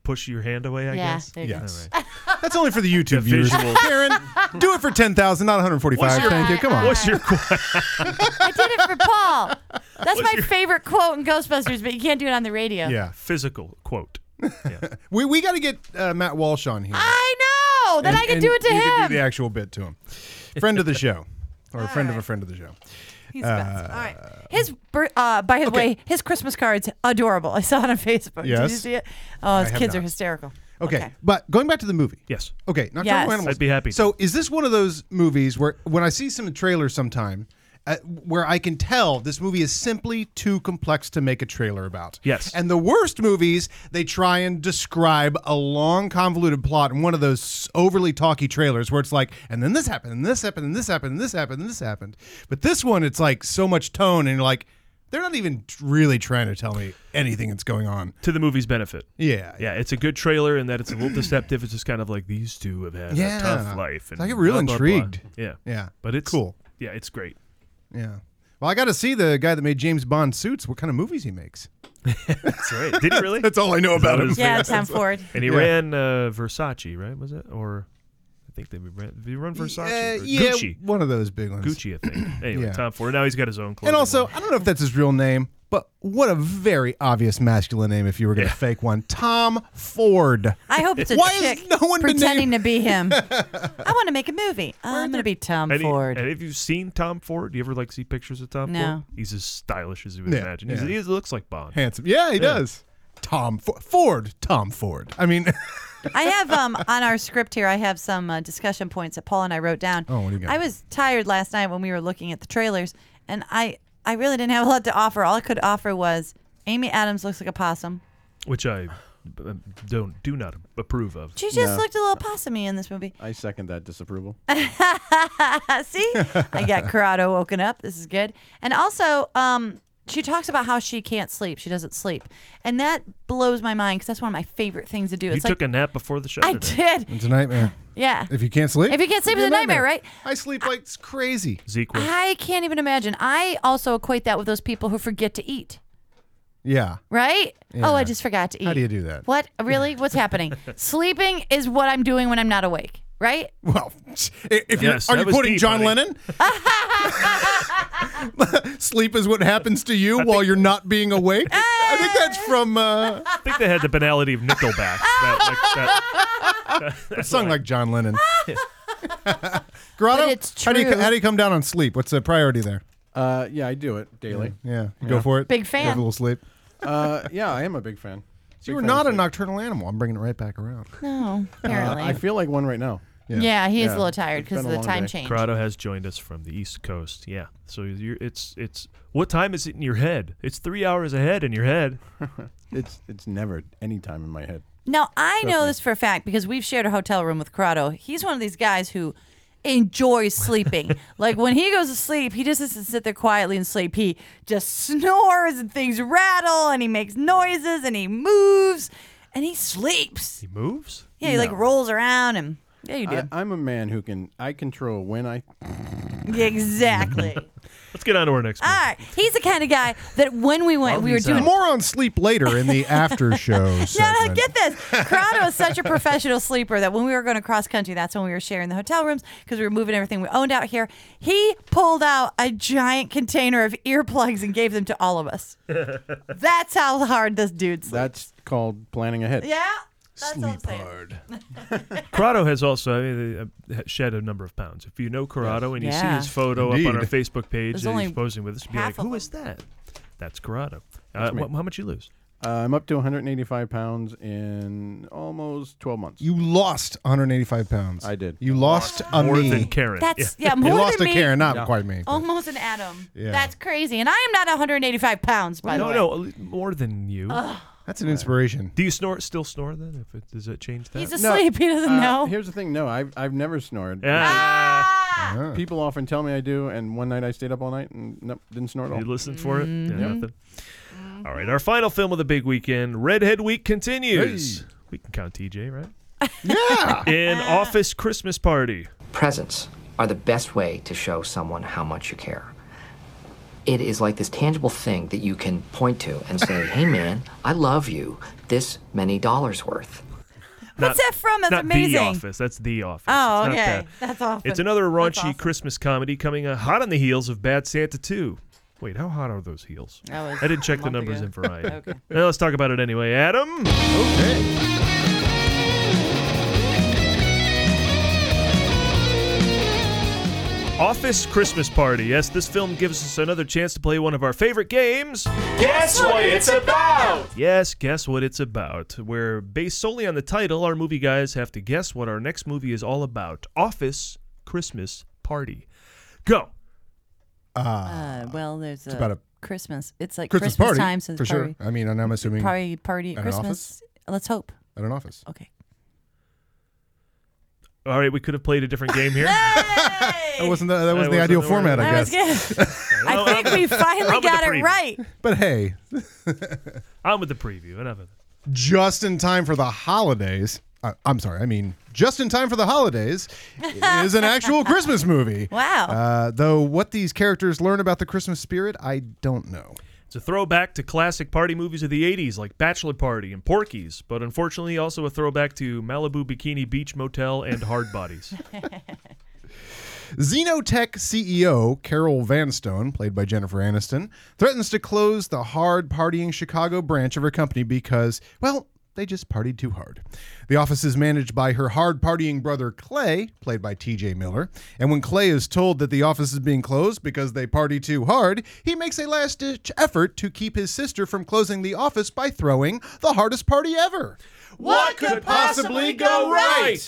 Push your hand away? I Yeah, guess. there you go. Yes. All right. That's only for the YouTube viewers. visual. Karen, do it for 10,000, not 145. What's your- Thank you. Come on. What's your I did it for Paul. That's my your- favorite quote in Ghostbusters, but you can't do it on the radio. Yeah. physical quote? Yeah. We, we got to get uh, Matt Walsh on here. I know. Ah, Then And- I can and do it to you him. Can do the actual bit to him. Friend of the show, or a friend of a friend of the show. He's the best. All right. His bir- uh, by the way, his Christmas card's adorable. I saw it on Facebook. Did you Yes. see it? Oh, his have kids are not. hysterical. Okay, but going back to the movie. Yes. Okay, not Yes. animals. I'd be happy to. So, is this one of those movies where when I see some trailers sometime, uh, where I can tell this movie is simply too complex to make a trailer about? Yes. And the worst movies, they try and describe a long, convoluted plot in one of those overly talky trailers where it's like, and then this happened, and this happened, and this happened, and this happened, and this happened. But this one, it's like so much tone, and you're like, they're not even really trying to tell me anything that's going on. To the movie's benefit. Yeah. Yeah, it's a good trailer in that it's a little deceptive. It's just kind of like these two have had Yeah. a tough life. And I get real blah, blah, blah. intrigued. Yeah, Yeah. but it's Cool. Yeah, it's great. Yeah. Well, I got to see the guy that made James Bond suits. What kind of movies he makes? That's right. Did he really? That's all I know about that him. his Yeah, Tom Ford. and he Yeah. ran uh, Versace, right? Was it or I think they ran. Did he run Versace? Uh, Or yeah, Gucci. one of those big ones. Gucci, I think. Anyway, Yeah. Tom Ford. Now he's got his own clothes. And also, I don't know if that's his real name, but what a very obvious masculine name if you were going to Yeah. fake one. Tom Ford. I hope it's a Why has chick no one been pretending to named- be him. I want to make a movie. I'm going to be Tom any, Ford. And have you seen Tom Ford? Do you ever like see pictures of Tom No. Ford? He's as stylish as you would Yeah, imagine. He's, yeah. He looks like Bond. Handsome. Yeah, he does. Tom Ford. Ford. Tom Ford. I mean, I have um on our script here. I have some uh, discussion points that Paul and I wrote down. Oh, what do you got? I was tired last night when we were looking at the trailers, and I I really didn't have a lot to offer. All I could offer was Amy Adams looks like a possum. which I uh, don't do not approve of. She just No. looked a little possumy in this movie. Uh, I second that disapproval. See, I got Corrado woken up. This is good. And also, um, she talks about how she can't sleep. She doesn't sleep, and that blows my mind because that's one of my favorite things to do. You It's took like a nap before the show. I today. did. it's a nightmare. Yeah. If you can't sleep, If you can't sleep, it's it's a nightmare, right? I sleep like it's crazy. Zeke was. I can't even imagine. I also equate that with those people who forget to eat, Yeah. right? Oh, Yeah. I just forgot to eat. How do you do that? What? Really? What's happening? Sleeping is what I'm doing when I'm not awake, right? Well, if you're, Yes, are that you was quoting deep, John honey. Lennon? Sleep is what happens to you while you're not being awake. I think that's from uh, I think they had the banality of Nickelback. that, like, that, a song like John Lennon. Grotto, But it's How, do you, true. how do you come down on sleep? What's the priority there? Uh, yeah, I do it daily. Yeah, you go for it. Big You fan. Have a little sleep. Uh, yeah, I am a big fan. So Big you're fan not of a sleep. nocturnal animal. I'm bringing it right back around. No, Uh, apparently. I feel like one right now. yeah. he is Yeah. a little tired It's because been of a the long time day. change. Corrado has joined us from the East Coast. Yeah. So you're, it's it's what time is it in your head? It's three hours ahead in your head. It's it's never any time in my head. Now, I know Definitely. this for a fact because we've shared a hotel room with Corrado. He's one of these guys who enjoys sleeping. like when he goes to sleep, he just doesn't sit there quietly and sleep. He just snores and things rattle and he makes noises and he moves. and he sleeps. He moves? Yeah, he like No. rolls around and yeah, you do. Uh, I, I'm a man who can I control when I. Yeah, exactly. Let's get on to our next. All right, he's the kind of guy that when we went, we were doing more on sleep later in the after show. No, no, segment. get this. Corrado is such a professional sleeper that when we were going to cross country, that's when we were sharing the hotel rooms because we were moving everything we owned out here. He pulled out a giant container of earplugs and gave them to all of us. That's how hard this dude sleeps. That's called planning ahead. Yeah. Sleep hard. Corrado has also I mean, uh, shed a number of pounds. If you know Corrado and you see Yeah. his photo up on our Indeed. Facebook page There's that he's only posing with us, you'd be like, half of "Who them." is that?" That's Corrado. Uh, me. wh- how much you lose? Uh, I'm up to 185 pounds in almost 12 months. You lost 185 pounds. I did. You lost a More me. than Karen. That's- Yeah. yeah, more you lost than a me. Karen, not No. quite me. Oh Almost an atom. Yeah. That's crazy. And I am not 185 pounds, by no, the way. no, uh, more than you. That's an inspiration. Do you snore? Still snore then? If it, does it change that? He's asleep. he doesn't uh, know. Here's the thing. No, I've I've never snored. Yeah. Ah. People often tell me I do, and one night I stayed up all night and nope, didn't snore at all. You listen for it? Mm-hmm. Yeah, nothing. All right, our final film of the big weekend, Redhead Week continues. We can count TJ, right? Yeah. In Office Christmas Party. Presents are the best way to show someone how much you care. It is like this tangible thing that you can point to and say, hey man, I love you this many dollars worth. What's that from? That's not The amazing. Office. That's The Office. Oh, It's not okay. that. That's awesome. It's another raunchy That's awesome. Christmas comedy coming uh, hot on the heels of Bad Santa 2. Wait, how hot are those heels? That was I didn't check a the month numbers ago. in Variety. Okay. Now let's talk about it anyway. Adam? Okay. Office Christmas Party. Yes, this film gives us another chance to play one of our favorite games. Guess what it's about? Yes, guess what it's about. Where, based solely on the title, our movie guys have to guess what our next movie is all about Office Christmas Party. Go. Uh, well, there's It's about a Christmas. It's like Ah. Christmas Christmas, party, time, so it's for sure. probably- I mean, and I'm assuming probably party at at an Christmas. office? Let's hope. at an office. Okay. All right, we could have played a different game here. That wasn't the, that wasn't the wasn't ideal the format, word. I That was guess. good. I think we finally I'm with the got it preview. right. But hey, I'm with the preview. Enough of that. just in time for the holidays. Uh, I'm sorry. I mean, just in time for the holidays is an actual Christmas movie. Wow. Uh, though what these characters learn about the Christmas spirit, I don't know. It's a throwback to classic party movies of the 80s like Bachelor Party and Porky's, but unfortunately also a throwback to Malibu Bikini Beach Motel and Hard Bodies. Xenotech CEO Carol Vanstone, played by Jennifer Aniston, threatens to close the hard partying Chicago branch of her company because, well, they just partied too hard. The office is managed by her hard partying brother Clay, played by TJ Miller, and when Clay is told that the office is being closed because they party too hard, he makes a last ditch effort to keep his sister from closing the office by throwing the hardest party ever. What could possibly go right?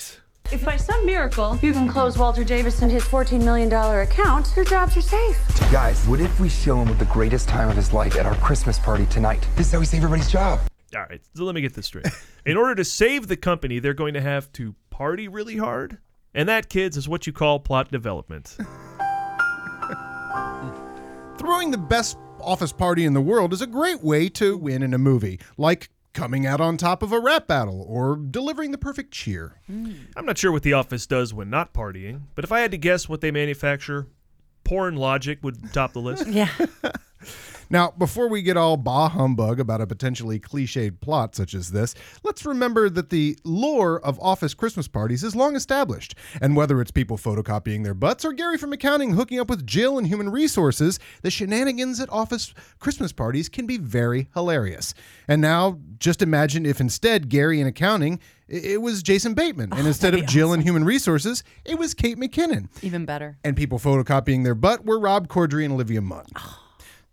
If by some miracle you can close Uh, Walter Davis and his $14 million account, your jobs are safe. Guys, what if we show him the greatest time of his life at our Christmas party tonight? This is how we save everybody's job. All right, so let me get this straight. In order to save the company, they're going to have to party really hard, and that, kids, is what you call plot development. Throwing the best office party in the world is a great way to win in a movie, like coming out on top of a rap battle or delivering the perfect cheer. I'm not sure what The Office does when not partying, but if I had to guess what they manufacture, porn logic would top the list. Yeah. Now, before we get all bah humbug about a potentially cliched plot such as this, let's remember that the lore of office Christmas parties is long established. And whether it's people photocopying their butts or Gary from accounting hooking up with Jill in human resources, the shenanigans at office Christmas parties can be very hilarious. And now, just imagine if instead Gary in accounting, i- it was Jason Bateman. And instead of Jill in human resources, it was Kate McKinnon. Even better. And people photocopying their butt were Rob Corddry and Olivia Munn.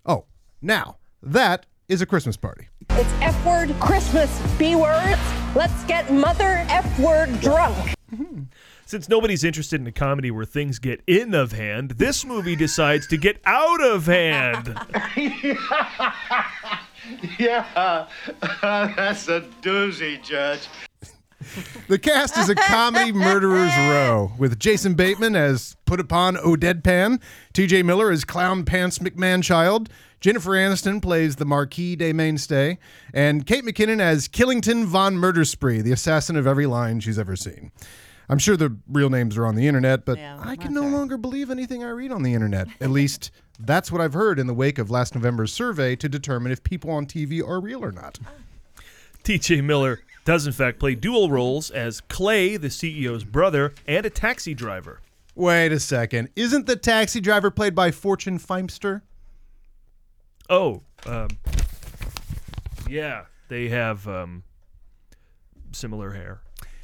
Oh, now that is a Christmas party. It's F word Christmas, B words. Let's get mother F word drunk. Since nobody's interested in a comedy where things get in of hand, this movie decides to get out of hand. yeah, that's a doozy, Judge. The cast is a comedy murderer's row with Jason Bateman as put upon O'Deadpan, T.J. Miller as clown pants McManchild, Jennifer Aniston plays the Marquis de Mainstay, and Kate McKinnon as Killington von Murderspree, the assassin of every line she's ever seen. I'm sure the real names are on the internet, but I can no longer believe anything I read on the internet. At least that's what I've heard in the wake of last November's survey to determine if people on TV are real or not. T.J. Miller does, in fact, play dual roles as Clay, the CEO's brother, and a taxi driver. Wait a second. Isn't the taxi driver played by Fortune Feimster? Oh, um, yeah, they have um, similar hair.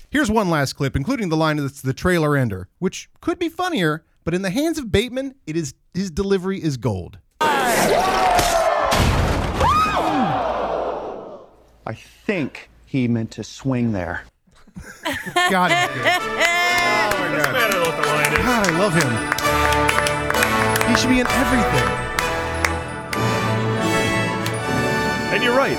Here's one last clip, including the line that's the trailer ender, which could be funnier, but in the hands of Bateman, it is his delivery is gold. I think he meant to swing there. God, he's good. Doesn't matter what the line is. God, I love him. He should be in everything. And you're right.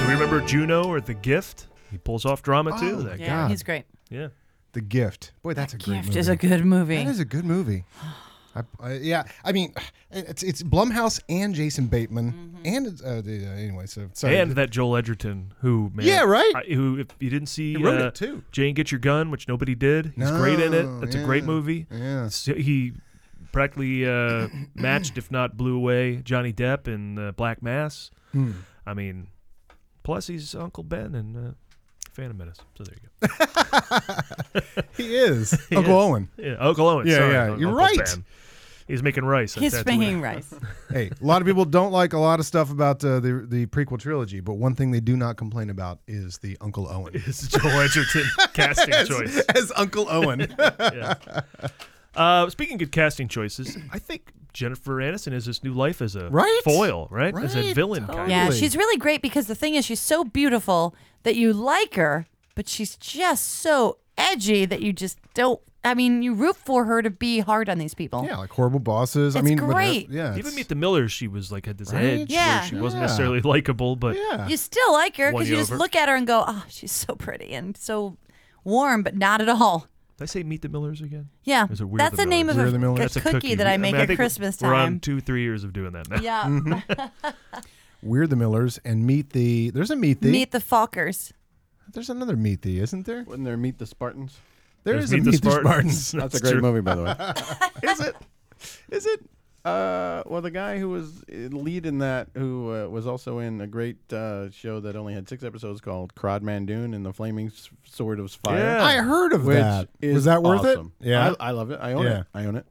Do we remember Juno or The Gift? He pulls off drama too. Oh, that Yeah, guy. he's great. Yeah. The Gift. Boy, that's a great Gift movie. is a good movie. That is a good movie. I, I, yeah, I mean, it's it's Blumhouse and Jason Bateman Mm-hmm. and it's, uh, the- uh, anyway. So sorry. And that Joel Edgerton, who man, Yeah, right? I, who if you didn't see, He wrote uh, it, too. Jane, get your gun, which nobody did. He's great in No, it. That's a great yeah, movie. yeah. So he practically uh, matched, if not blew away, Johnny Depp in uh, Black Mass. Hmm. I mean, plus he's Uncle Ben and uh, Phantom Menace. So there you go. he is He Uncle is. Owen. Yeah, Uncle Owen. Yeah, sorry, yeah, Uncle you're right. Ben. He's making rice. at He's Tatooine. making rice. hey, a lot of people don't like a lot of stuff about uh, the the prequel trilogy, but one thing they do not complain about is the Uncle Owen. It's Joel Edgerton casting As- choice as Uncle Owen. Yeah. Uh, speaking of good casting choices, I think Jennifer Aniston has this new life as a Right? foil, right? As a villain. Oh, Kind of. Yeah, she's really great because the thing is, she's so beautiful that you like her, but she's just so edgy that you just don't. I mean, you root for her to be hard on these people. yeah, like horrible bosses. I It's mean, with her- great. yeah, Even it's- Meet the Millers, she was like had this Right? edge Yeah. where she wasn't Yeah. necessarily likable, but You still like her Won because you you just over. look at her and go, oh, she's so pretty and so warm, but not at all. Did I say Meet the Millers again? Yeah. Is it We're That's the name Millers? of We're a- the Millers? a cookie that I make at think Christmas We're time. on two, three years of doing that now. Yeah. We're the Millers and meet the. There's a meet the. Meet the Falkers. There's another meet the, isn't there? Wasn't there Meet the Spartans? There There's is a Meet the Meet the Spartans. Spartans. That's, a That's great true. movie, by the way. is it? Is it? Uh, well, the guy who was uh, lead in that, who uh, was also in a great uh, show that only had six episodes called Crod Mandoon and the Flaming S- Sword of Fire. Yeah. I heard of which that. is Was that worth it? awesome. Yeah. I, I love it. I own Yeah. it. I own it.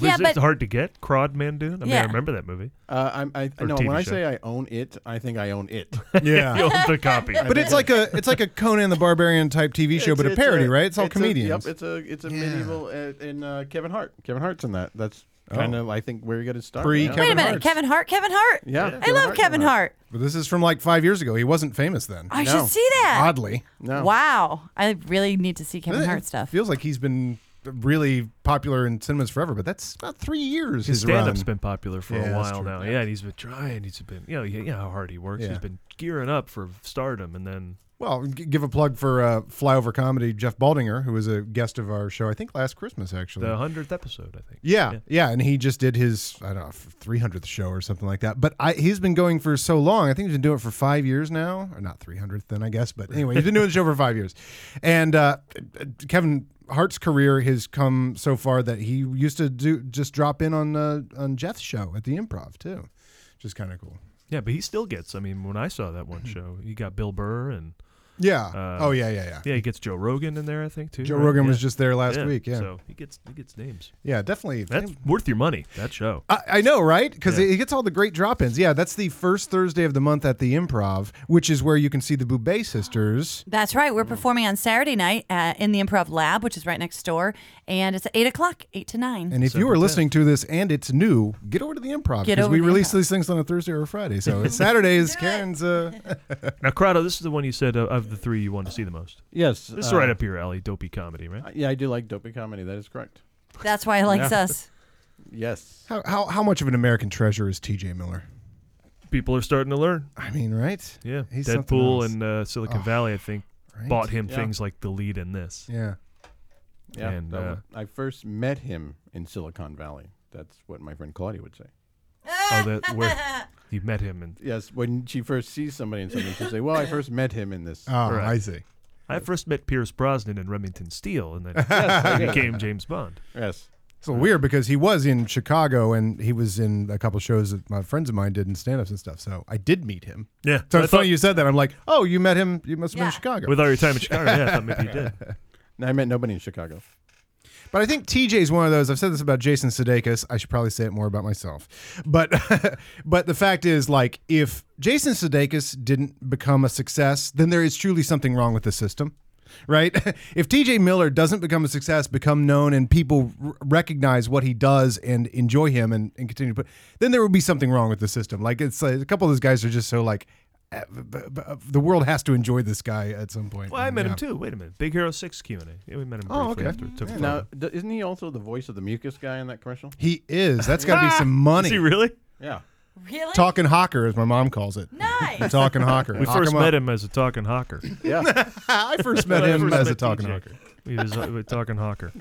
Was Yeah, it but- hard to get? Crod Mandoon? I mean, I Yeah. remember that movie. Uh, I, I Or no. TV When I show. say I own it, I think I own it. Yeah. You own the copy. But it's like a it's like a Conan the Barbarian type TV show, but a It's- it's parody, right? It's all a- comedians. yep. It's a it's a medieval uh, and uh, Kevin Hart. Kevin Hart's in that. That's kind of I think where you got to start. Oh. Pre- yeah. Kevin Wait a minute. Hart. Kevin Hart? Kevin Hart? Yeah, I Kevin love Hart, Kevin Kevin Hart. but this is from like five years ago. He wasn't famous then. I should see that. Oddly, No. Wow. I really need to see Kevin It Hart stuff. feels like he's been really popular in cinemas forever, but that's about three years. His His, stand-up's run. been popular for Yeah, a that's while true. now. Yeah, and he's been trying. He's been, you know, you you know how hard he works. Yeah. He's been gearing up for stardom, and then Well, g- give a plug for uh, Flyover Comedy. Jeff Baldinger, who was a guest of our show, I think last Christmas actually. the hundredth episode, I think. Yeah, yeah, and he just did his I don't know three hundredth show or something like that. But I, he's been going for so long. I think he's been doing it for five years now, or not three hundredth then I guess. But anyway, he's been doing the show for five years, and uh, Kevin Hart's career has come so far that he used to do just drop in on uh, on Jeff's show at the Improv too, which is kind of cool. Yeah, but he still gets. I mean, when I saw that one show, he got Bill Burr and Yeah. uh, oh yeah, yeah, yeah. yeah. He gets Joe Rogan in there, I think too. Joe right? Rogan was Yeah. just there last week, yeah. so he gets he gets names. Yeah, definitely. That's worth your money. That show. I, I know, right? Because Yeah. it, it gets all the great drop ins. Yeah, that's the first Thursday of the month at the Improv, which is where you can see the Boubet sisters. That's right. We're performing on Saturday night uh, in the Improv Lab, which is right next door, and it's at eight o'clock, eight to nine. And if you are listening to this and it's new, get over to the Improv Get because over we to the release these things on a Thursday or a Friday. So it's Saturdays. Karen's. Uh, now, Crowdo, this is the one you said uh, of the three you wanted to see the most. Yes, this is uh, right up your alley. Dopey comedy, right? Yeah, I do like dopey comedy. That is correct. That's why he likes Yeah. us. Yes. how, how how much of an American treasure is T.J. Miller? People are starting to learn. I mean, right? Yeah. He's something Deadpool else. and uh, Silicon Oh, Valley, I think, right? bought him Yeah. things like the lead in this. Yeah. Yeah, And, that uh, wa- I first met him in Silicon Valley. That's what my friend Claudia would say. Oh, that where you met him and Yes, when she first sees somebody in something, she'll say, "Well, I first met him in this." Uh. Oh, Correct. I first met Pierce Brosnan in Remington Steele, and then he became James Bond. Yes. It's a little weird because he was in Chicago and he was in a couple shows that my friends of mine did in stand ups and stuff. So I did meet him. Yeah. So I it's funny thought- you said that. I'm like, oh, you met him. You must have been in Yeah. Chicago. With all your time in Chicago, yeah, I thought maybe you did. No, I met nobody in Chicago. But I think TJ is one of those. I've said this about Jason Sudeikis. I should probably say it more about myself. But but the fact is, like, if Jason Sudeikis didn't become a success, then there is truly something wrong with the system, right? if TJ Miller doesn't become a success, become known, and people r- recognize what he does and enjoy him and, and continue to put, then there would be something wrong with the system. Like, it's like, a couple of those guys are just so like. eh, b- b- The world has to enjoy this guy at some point. Well, I met him Yeah. too. Wait a minute, Big Hero Six Q and A. Yeah, we met him. Oh, briefly okay. After it took Yeah. photo. Now, d- isn't he also the voice of the mucus guy in that commercial? He is. That's got to be some money. Is he really? Yeah. Really? Talking hawker, as my mom calls it. Nice. A talking hawker. We Hawk first 'em up. met him as a talking hawker. Yeah. I first met When I him first as met a talking TJ. hawker. He was a a talking hawker.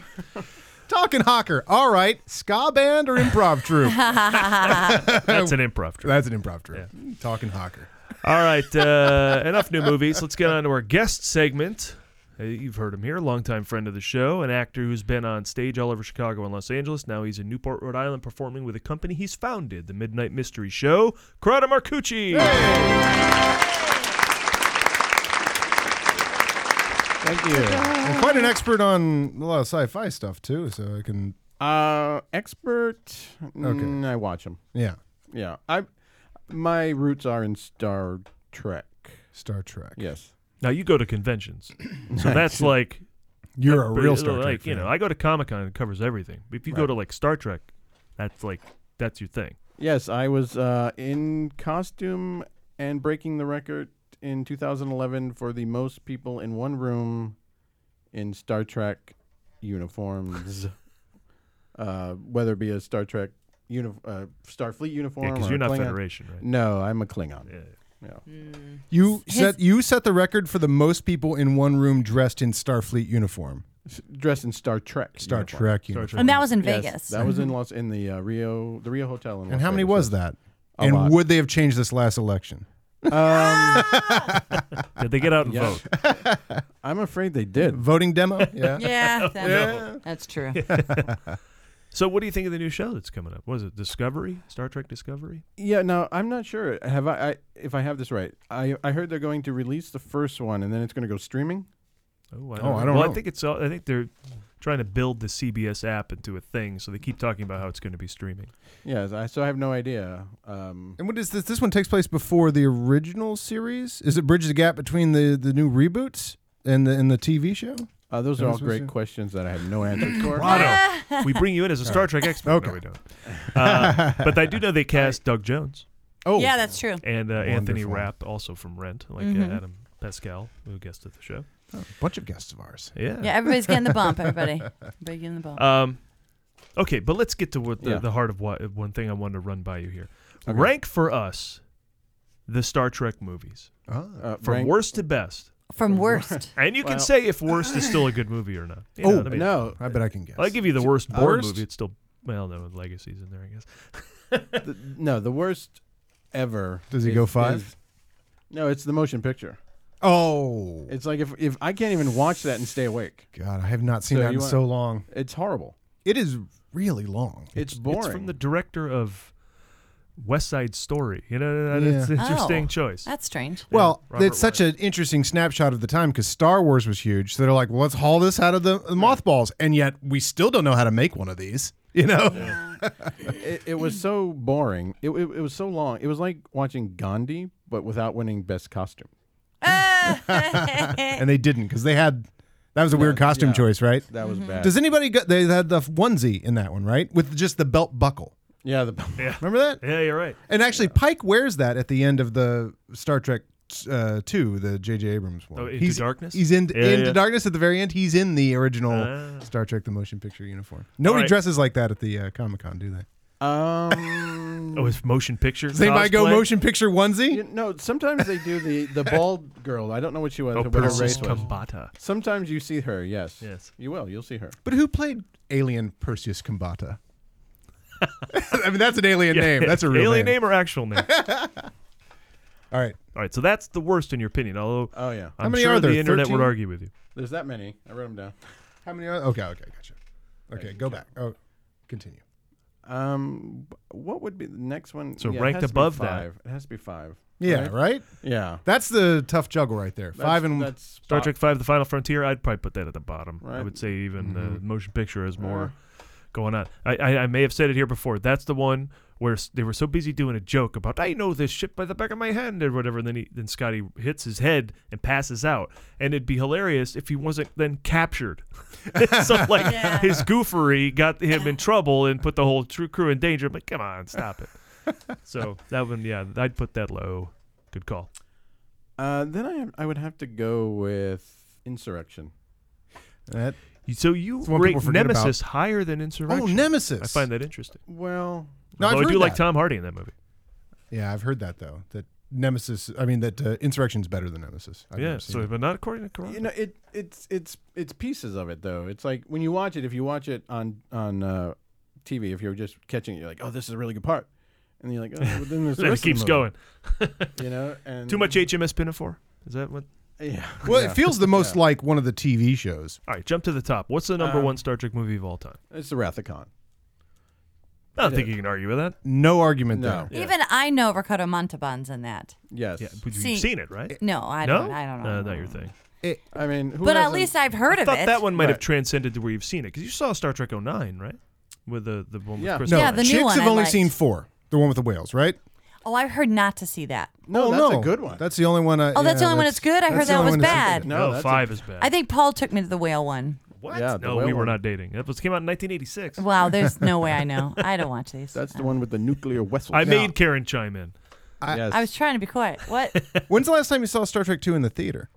Talking hawker. All right. Ska band or improv troupe? That's an improv troupe. That's an improv troupe. Talking hawker. All right, uh, enough new movies. Let's get on to our guest segment. Uh, you've heard him here, longtime friend of the show, an actor who's been on stage all over Chicago and Los Angeles. Now he's in Newport, Rhode Island, performing with a company he's founded, the Midnight Mystery Show, Corrado Marcucci. Thank you. I'm quite an expert on a lot of sci-fi stuff too, so I can. Uh, expert. Mm, I watch him. Yeah. Yeah. I, my roots are in Star Trek. Star Trek. Yes. Now you go to conventions, so Nice. that's like You're a but real it's Star Trek Like you fan. know, I go to Comic Con and covers everything. But if you go Right. to like Star Trek, that's like that's your thing. Yes, I was uh, in costume and breaking the record in 2011 for the most people in one room in Star Trek uniforms, uh, whether it be a Star Trek uni- uh, Starfleet uniform. Yeah, 'cause or you're a not Klingon. Federation, right? No, I'm a Klingon. Yeah. You set you set the record for the most people in one room dressed in Starfleet uniform. Dressed in Star Trek. Star uniform. Trek Star uniform. Trek. And that was in Yes, Vegas. That was in Mhm. Los in the uh, Rio the Rio Hotel in Las And how many Vegas. was that? A and lot. would they have changed this last election? Um, Did they get out and Yeah. vote? I'm afraid they did. Voting demo? Yeah. Yeah, that- No. that's true. so what do you think of the new show that's coming up? Was it Discovery? Star Trek Discovery? Yeah, no, I'm not sure. Have I, I if I have this right? I I heard they're going to release the first one and then it's going to go streaming. Oh, I Oh, I don't well, know. I think it's. all- I think they're trying to build the CBS app into a thing, so they keep talking about how it's going to be streaming. Yes, I, so I have no idea. Um, And what is this? This one takes place before the original series. Is it bridges the gap between the, the new reboots and the and the TV show? uh, those Am are I all supposed great questions that I have no answers for. Corrado, we bring you in as a Star Trek expert. Okay. No, we don't. Uh, but I do know they cast Doug Jones. Oh. Yeah, that's true. And uh, Anthony Wonderful. Rapp, also from Rent, like Mhm. uh, Adam Pascal, who guested the show. A bunch of guests of ours. Yeah. Yeah, everybody's getting the bump, everybody. Everybody getting the bump. Um, okay, but let's get to what the, Yeah. the heart of what one thing I wanted to run by you here. Okay. Rank for us the Star Trek movies Ah, Uh, from rank- worst to best, From worst. and you can Well- say if worst is still a good movie or not. You know oh what I mean? no. I bet I can guess. I'll give you the worst Bourne Worst? movie. It's still well, no, Legacy's in there, I guess. the, no, the worst ever. Does he go five? is- no, it's the motion picture. Oh It's like if if I can't even watch that and stay awake. God, I have not seen So that you in want- so long. It's horrible. It is really long. It's boring. It's from the director of West Side Story. You know, that- Yeah. that's an interesting Oh, choice. That's strange. Well, Robert it's such an interesting snapshot of the time because Star Wars was huge. So they're like, well, let's haul this out of the the mothballs, and yet we still don't know how to make one of these. You know? it, it was so boring. It, it, it was so long. It was like watching Gandhi, but without winning best costume. and they didn't because they had that was a weird costume yeah. choice, right? That was bad. Mm-hmm. Does anybody go? They had the onesie in that one, right? With just the belt buckle. yeah, the Yeah. Remember that? Yeah, you're right. And actually, Pike wears that at the end of the Star Trek uh, two, the J.J. Abrams one. Oh, Into he's, Darkness? He's in Yeah, into yeah. darkness at the very end. He's in the original Ah. Star Trek: The Motion Picture uniform. Nobody right. dresses like that at the uh, Comic Con, do they? Um, Oh, it's motion picture. They might go cosplay? motion picture onesie. You- no, sometimes they do the the bald girl. I don't know what she was. Oh, what her Persis race was. Kambata. Sometimes you see her. Yes. Yes. You will. You'll see her. But who played Alien Perseus Combata? I mean, that's an alien Yeah. name. That's a real alien name or actual name. All right. All right, so that's the worst in your opinion. Although, Oh, yeah. I'm Uh, How many sure are there? the internet 13? would argue with you. There's that many. I wrote them down. How many? Are, okay, okay, gotcha. Okay, go back. Oh, continue. Um, what would be the next one? So it ranked has to be above that. five. It has to be five. Yeah, right. Yeah. That's the tough juggle right there. That's- Five and that's Star Bo- Trek Five: The Final Frontier. I'd probably put that at the bottom. I Right. would say even uh, Mhm. motion picture is more Uh. going on. I, I I may have said it here before. That's the one where s- they were so busy doing a joke about I know this shit by the back of my hand or whatever. And then he, then Scotty hits his head and passes out, and it'd be hilarious if he wasn't then captured. so like his goofery got him in trouble and put the whole true crew in danger. But come on, stop it. so that one, yeah, I'd put that low. Good call. Uh, then I I would have to go with Insurrection. That. So you one rate people forget about. Nemesis higher than Oh, Insurrection. Nemesis. I find that interesting. Well, No, I've Although I heard do like that. Tom Hardy in that movie. Yeah, I've heard that though. That Nemesis. I mean, that uh, Insurrection's better than Nemesis. I've yeah, never seen so it. but not according to Quran. You know, it it's it's it's pieces of it though. It's like when you watch it, if you watch it on on uh, TV, if you're just catching it, you're like, oh, this is a really good part, and you're like, oh, well, then there's the And it rest of the keeps movie. going. You know, and Too much HMS Pinafore. Is that what? Yeah. Well, Yeah. it feels the most Yeah. like one of the TV shows. All right, jump to the top. What's the number Um, one Star Trek movie of all time? It's the Wrath of Khan. I don't it think is. you can argue with that. No argument No. there. Even I know Ricardo Montalban's in that. Yes. Yeah, but See- you've seen it, right? No, I No? don't. I don't know. Uh, not your thing. I mean, who but at hasn't- least I've heard I of thought it. that one might have Right. transcended to where you've seen it because you saw Star Trek 09, right? With the the one with Yeah. Chris No, Yeah, Pine. the new chicks one have I only liked. seen four. The one with the whales, right? Oh, I've heard not to see that. No, oh, that's no. a good one. That's the only one. I, Oh, that's the yeah, only one that's good? I heard that's the that only was one that's bad. good. No, no, that's a- Oh, five is bad. I think Paul took me to the whale one. what? Yeah, the no, whale we were one. not dating. That was came out in 1986. Wow, there's no way I know. I don't watch these. That's the one with the nuclear vessel. I made Karen chime in. yes. I was trying to be quiet. What? When's the last time you saw Star Trek Two in the theater?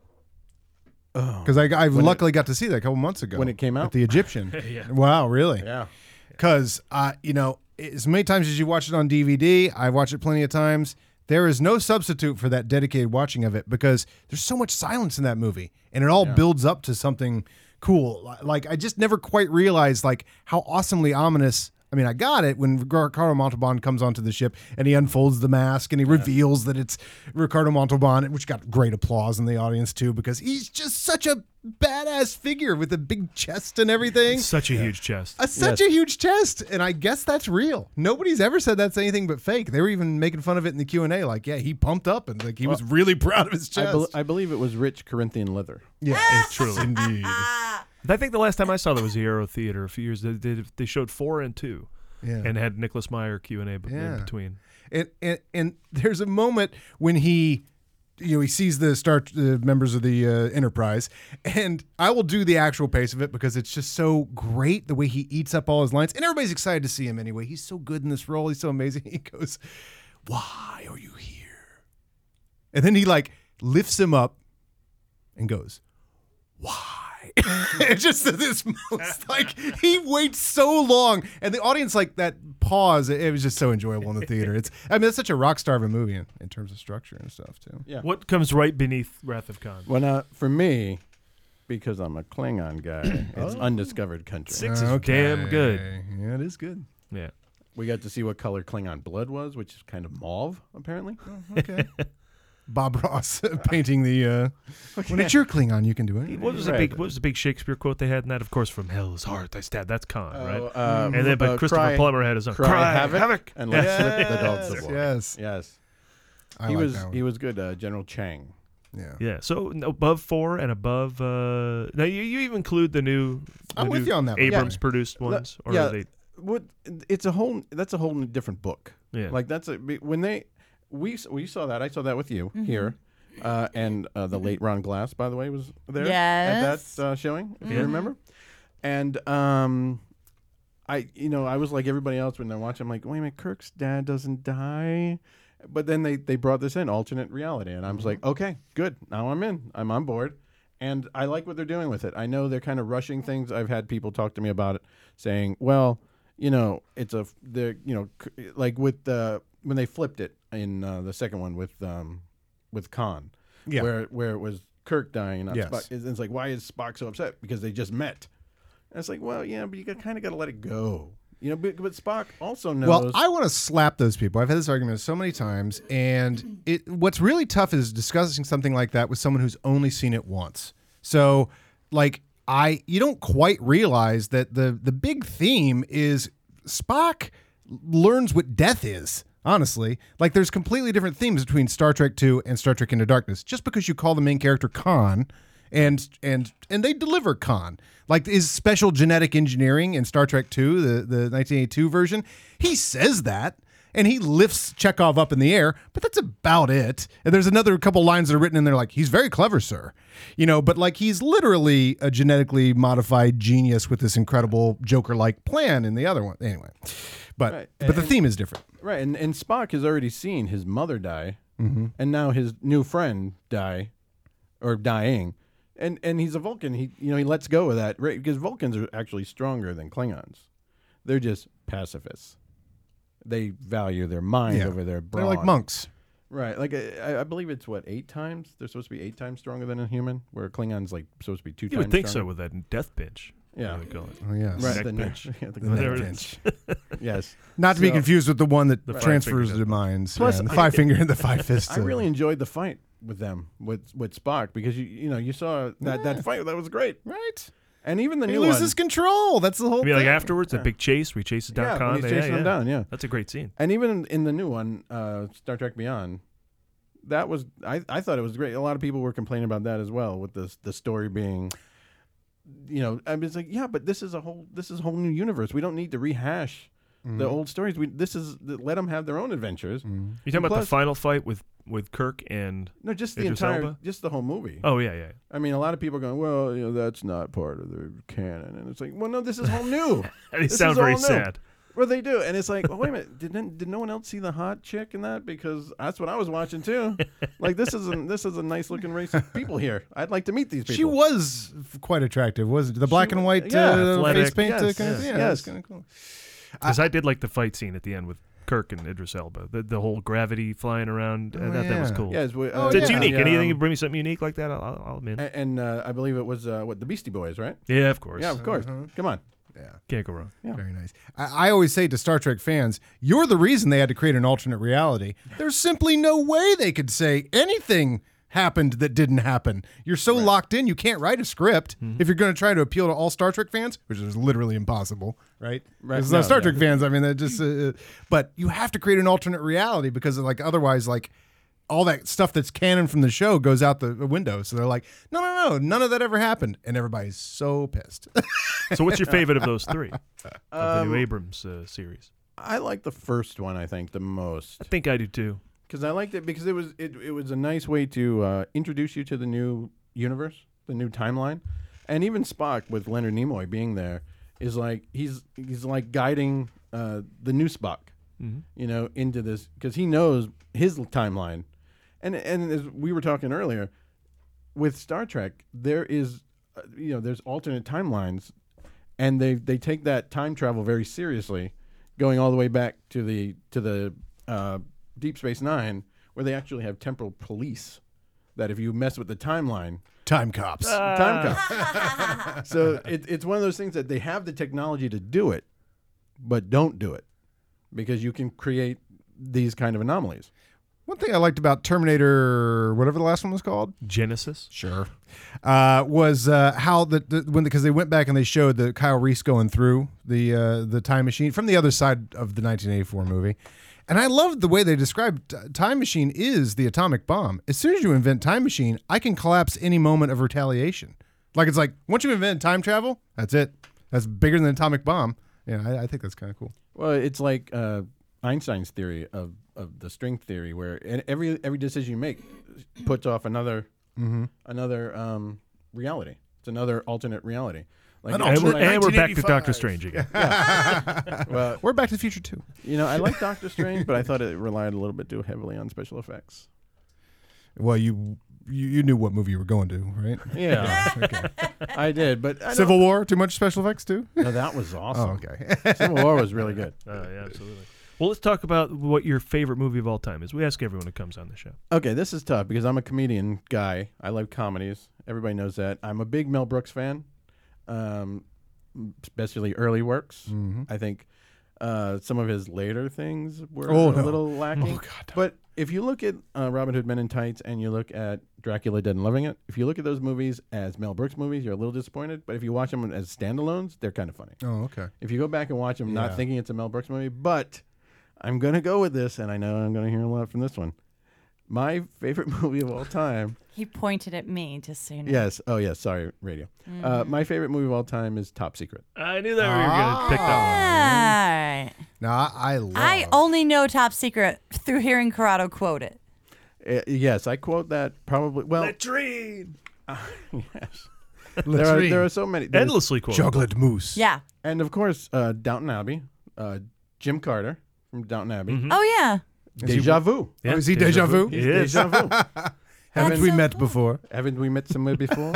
Because I, I Oh. it- luckily got to see that a couple months ago When it came at out? the Egyptian. Yeah. Wow, really? yeah. Because uh, you know, as many times as you watch it on DVD, I've watched it plenty of times. There is no substitute for that dedicated watching of it because there's so much silence in that movie, and it all builds up to something cool. Li- Like I just never quite realized like how awesomely ominous. I mean, I got it when Ricardo Montalban comes onto the ship and he unfolds the mask and he reveals that it's Ricardo Montalban, which got great applause in the audience too because he's just such a badass figure with a big chest and everything. Such a huge chest. A, such a huge chest, and I guess that's real. Nobody's ever said that's anything but fake. They were even making fun of it in the Q and A. Like, yeah, he pumped up and like he was really proud of his I, chest. bel I believe it was rich Corinthian leather. yeah, truly. indeed. I think the last time I saw that was the Aero Theater a few years. They, they, they showed four and two, Yeah. and had Nicholas Meyer Q and A b- Yeah. in between. And, and and there's a moment when he, you know, he sees the star the members of the uh, Enterprise, and I will do the actual pace of it because it's just so great the way he eats up all his lines, and everybody's excited to see him anyway. He's so good in this role. He's so amazing. He goes, "Why are you here?" And then he like lifts him up and goes, Why? it's just that this most like he waits so long. And the audience like that pause, it, it was just so enjoyable in the theater. It's I mean, it's such a rock star of a movie in, in terms of structure and stuff too. Yeah. What comes right beneath Wrath of Khan? Well, now for me, because I'm a Klingon guy, Oh. it's undiscovered country. Six is damn good. Yeah, it is good. Yeah. We got to see what color Klingon blood was, which is kind of mauve, apparently. Okay. Bob Ross painting the uh when it's your Klingon, you can do it. What was the big Right. What was the big Shakespeare quote they had in that? Of course, from hell's heart I stabbed. That's Khan, right? Oh, uh, and then, but uh, Christopher cry- Plummer had his own. cry havoc and let's Yeah. lick the dogs of war. Yes. Yes, I he like was that one. he was good. Uh, General Chang. yeah. Yeah, so n- above four and above. Uh, now you, you even include the new. the I'm with new you on that one. Abrams produced ones, or yeah, are they? what? It's a whole. That's a whole n- different book. Yeah. like that's a be- when they we s- we saw that. I saw that with you Mm-hmm. here. Uh, and uh, the late Ron Glass, by the way, was there at Yes. that uh, showing, if you remember. And um, I, you know, I was like everybody else when I watched. I'm like, wait a minute, Kirk's dad doesn't die, but then they they brought this in alternate reality, and I Mm-hmm. was like, okay, good, now I'm in, I'm on board, and I like what they're doing with it. I know they're kind of rushing things. I've had people talk to me about it, saying, well, you know, it's a the you know, c- like with the when they flipped it in uh, the second one with um, with Khan, Yeah. where where it was Kirk dying. Not Yes. Spock. It's, it's like why is Spock so upset because they just met, and it's like well yeah, but you kind of got to let it go, you know. But, but Spock also knows. Well, I want to slap those people. I've had this argument so many times, and it what's really tough is discussing something like that with someone who's only seen it once. So, like I, you don't quite realize that the the big theme is Spock learns what death is. Honestly, like there's completely different themes between Star Trek II and Star Trek Into Darkness. Just because you call the main character Khan, and and and they deliver Khan. Like is special genetic engineering in Star Trek II, the, the 1982 version. He says that. And he lifts Chekhov up in the air, but that's about it. And there's another couple lines that are written in there like, he's very clever, sir. You know, but like he's literally a genetically modified genius with this incredible Joker like plan in the other one. Anyway. But Right. but the And- theme is different. right, and and Spock has already seen his mother die, Mhm. and now his new friend die, or dying. And, and he's a Vulcan. He you know he lets go of that right because Vulcans are actually stronger than Klingons. They're just pacifists. They value their mind Yeah. over their brawn. They're like monks. Right. Like uh, I, I believe it's what eight times. They're supposed to be eight times stronger than a human, where Klingons like supposed to be two You times. would think so stronger. with that death pinch. Yeah. What do they call it? Oh, yes. Right. Neck the pinch. neck- yeah, the The neck neck pinch. pinch. yes. Not to be So- confused with the one that The five transfers finger the minds. Plus, yeah, the I- five finger and the five fist. I really enjoyed the fight with them with with Spock because you you know you saw that that fight that was great. Right. And even the he new loses one. control. That's the whole You mean like thing. afterwards, that big chase where he chases down Yeah, when Khan? he's chasing him down, yeah. That's a great scene. And even in, in the new one, uh, Star Trek Beyond, that was I, I thought it was great. A lot of people were complaining about that as well, with the the story being, you know, I mean, it's like yeah, but this is a whole this is a whole new universe. We don't need to rehash the Mm-hmm. Mhm. old stories. We this is let them have their own adventures. You talking And about the plus- final fight with with Kirk and No, just the Idris entire, Elba? just the whole movie. Oh yeah, yeah. I mean, a lot of people are going, well, you know, that's not part of the canon, and it's like, well, no, this is all new. They This is sound very all new. sad. Well, they do, and it's like, well, wait a minute, did did no one else see the hot chick in that? Because that's what I was watching too. like this is a this is a nice looking race of people here. I'd like to meet these people. She was f- quite attractive, wasn't the black and white yeah, uh, athletic. face paint? uh, Yes, kind of, yes, yeah, yes. it's kind of cool. Because I, did like the fight scene at the end with Kirk and Idris Elba. The, the whole gravity flying around. I Oh, thought that was yeah. cool. Yeah, it's wi- Oh, That's yeah. unique. yeah. Anything you bring me something unique like that, I'll, I'll, I'll admit. A- and uh, I believe it was uh, what the Beastie Boys, right? Yeah, of course. Uh, Yeah, of course. Mm-hmm. Come on. Yeah. Can't go wrong. Yeah. Very nice. I, I always say to Star Trek fans, you're the reason they had to create an alternate reality. There's simply no way they could say anything happened that didn't happen. You're so locked in, you can't write a script Mm-hmm. if you're going to try to appeal to all Star Trek fans, which is literally impossible, right? Right. Because No, Star yeah. Trek fans, I mean, that just. Uh, uh, but you have to create an alternate reality because, like, otherwise, like. All that stuff that's canon from the show goes out the window. So they're like, no, no, no, none of that ever happened. And everybody's so pissed. So, what's your favorite of those three? of the new Um, Abrams uh, series. I like the first one. I think the most. I think I do too. because I liked it because it was it, it was a nice way to uh, introduce you to the new universe, the new timeline, and even Spock with Leonard Nimoy being there is like he's he's like guiding uh, the new Spock, Mhm. you know, into this because he knows his timeline, and and as we were talking earlier, with Star Trek there is uh, you know there's alternate timelines, and they they take that time travel very seriously, going all the way back to the to the uh, Deep Space Nine, where they actually have temporal police. That if you mess with the timeline, Time cops. Ah. time cops. so it, it's one of those things that they have the technology to do it, but don't do it because you can create these kind of anomalies. One thing I liked about Terminator, whatever the last one was called, Genesis. Sure. uh, was uh, how the, the when because they went back and they showed the Kyle Reese going through the uh, the time machine from the other side of the 1984 movie, and I loved the way they described t- time machine is the atomic bomb. As soon as you invent time machine, I can collapse any moment of retaliation. Like it's like once you invent time travel, that's it. That's bigger than the atomic bomb. Yeah, I, I think that's kind of cool. Well, it's like uh, Einstein's theory of, of the string theory, where and every every decision you make puts off another Mhm. another um, reality. It's another alternate reality. Like, And we're, and we're back to Doctor Strange again. well, We're Back to the Future too. you know, I like Doctor Strange, but I thought it relied a little bit too heavily on special effects. Well, you you, you knew what movie you were going to, right? Yeah, okay. I did, but I don't- Civil War, too much special effects too. No, that was awesome. Oh, okay. Civil War was really good. Oh, yeah, absolutely. Well, let's talk about what your favorite movie of all time is. We ask everyone who comes on the show. Okay, this is tough because I'm a comedian guy. I love comedies. Everybody knows that. I'm a big Mel Brooks fan, um, especially early works. Mm-hmm. I think uh, some of his later things were Oh, a no. little Oh, lacking. But if you look at uh, Robin Hood Men in Tights and you look at Dracula Dead and Loving It, if you look at those movies as Mel Brooks movies, you're a little disappointed. But if you watch them as standalones, they're kind of funny. Oh, okay. If you go back and watch them, Yeah. not thinking it's a Mel Brooks movie, but I'm going to go with this, and I know I'm going to hear a lot from this one. My favorite movie of all time He pointed at me, just so you know. Yes. Oh, yes. Sorry, radio. Uh, Mhm. my favorite movie of all time is Top Secret. I knew that Ah. Alright. No, I, love. I only know Top Secret through hearing Corrado quote it. Uh, yes, I quote that probably. Well, Latrine. yes. there are there are so many there's- endlessly quoted. moose. Yeah. And of course, uh, Downton Abbey. Uh, Jim Carter from Downton Abbey. Hmm? Oh yeah. Deja vu. Oh, Mm-hmm. is he deja vu? He's deja vu. Haven't we met before? Haven't we met somewhere before?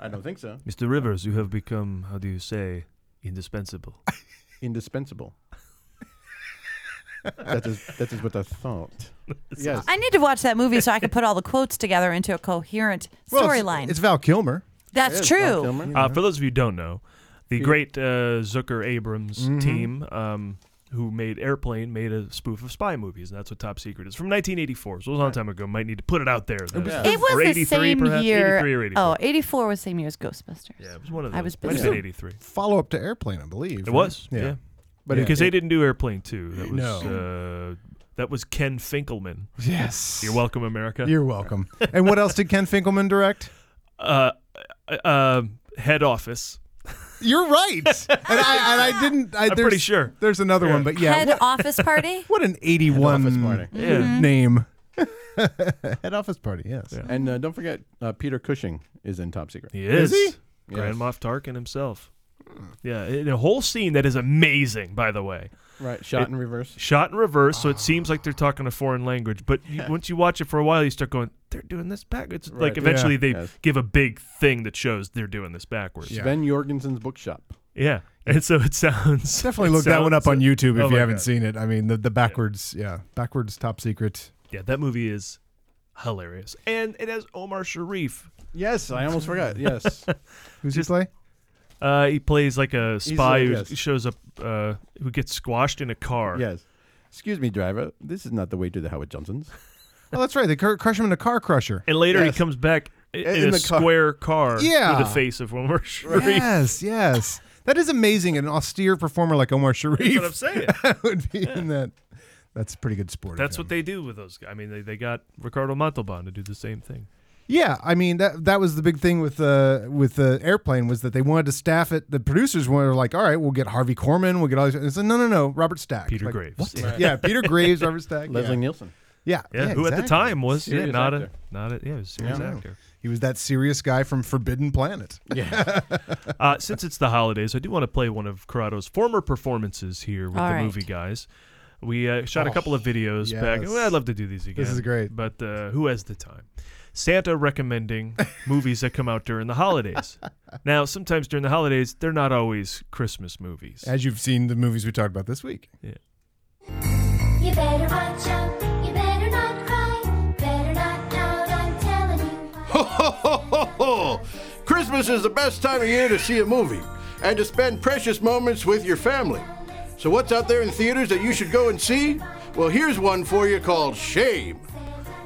I don't think so. Mr. Rivers, you have become, how do you say, indispensable. Indispensable. That is that is what I thought. yes. I need to watch that movie so I can put all the quotes together into a coherent Well, it's- storyline. It's Val Kilmer. That's true. Uh, for those of you who don't know, the great uh, Zucker Abrams Mm-hmm. Mhm. team, um, who made Airplane, made a spoof of spy movies, and that's what Top Secret is from 1984. So it was a long time ago. Might need to put it out there. that- It was or the 83, same perhaps, year. 83 or 84. Oh, 84 was the same year as Ghostbusters. Yeah, it was one of I those. was Might have busy. been 83. Follow up to Airplane, I believe. It right? was, yeah. But Yeah. because they didn't do Airplane 2. That was uh, that was Ken Finkelman. Yes. You're welcome, America. You're welcome. and what else did Ken Finkelman direct? Uh, uh, uh, head office. You're right. and, I, and I didn't. I, I'm pretty there's- sure. There's another one, but yeah. Head Mm-hmm. what, office party? what an 81 Yeah. name. Head office party, yes. And uh, don't forget, uh, Peter Cushing is in Top Secret. He is. Grand Moff Tarkin himself. Yeah, in a whole scene that is amazing, by the way. Right, shot in reverse. Shot in reverse, so it seems like they're talking a foreign language. But you, once you watch it for a while, you start going, they're doing this backwards. Right. Like eventually Yeah. they Yes. give a big thing that shows they're doing this backwards. Sven Jorgensen's bookshop. Yeah. And so it sounds. Definitely it look that one up sounds- on YouTube if oh you my haven't God. seen it. I mean, the, the backwards, yeah. Backwards top secret. Yeah, that movie is hilarious. And it has Omar Sharif. Yes, I almost forgot. Yes. Who's he play? Uh, he plays like a He's spy like- who yes. shows up, uh, who gets squashed in a car. Yes. Excuse me, driver. This is not the way to the Howard Johnsons. Oh, that's right. They cr- crush him in a car crusher. And later Yes. he comes back i- in, In a the car. square car Yeah. with the face of Omar Sharif. Yes, yes. That is amazing. An austere performer like Omar Sharif. That's what I'm saying. would be in that. That's pretty good sport. of That's him. what they do with those guys. I mean, they, they got Ricardo Montalban to do the same thing. Yeah, I mean that that was the big thing with uh, with the airplane was that they wanted to staff it. The producers were like, "All right, we'll get Harvey Korman, we'll get all these." And they said, "No, no, no, Robert Stack, Peter Like, Graves. what? Right. Yeah, Peter Graves, Robert Stack, Leslie yeah. Nielsen. Yeah, Yeah, who at the exactly. time was yeah, Serious not actor. a not a yeah, he was a serious Yeah. actor. He was that serious guy from Forbidden Planet. Yeah. Uh, since it's the holidays, I do want to play one of Corrado's former performances here with All the right. movie guys. We uh, shot a couple of videos back. Oh, yes. Well, I'd love to do these again. is great. But uh, who has the time? Santa recommending movies that come out during the holidays. Now, sometimes during the holidays, they're not always Christmas movies. As you've seen the movies we talked about this week. Yeah. You better watch out. You better not cry. Better not doubt. I'm telling you. Christmas is the best time of year to see a movie and to spend precious moments with your family. So, what's out there in theaters that you should go and see? Well, here's one for you called Shame.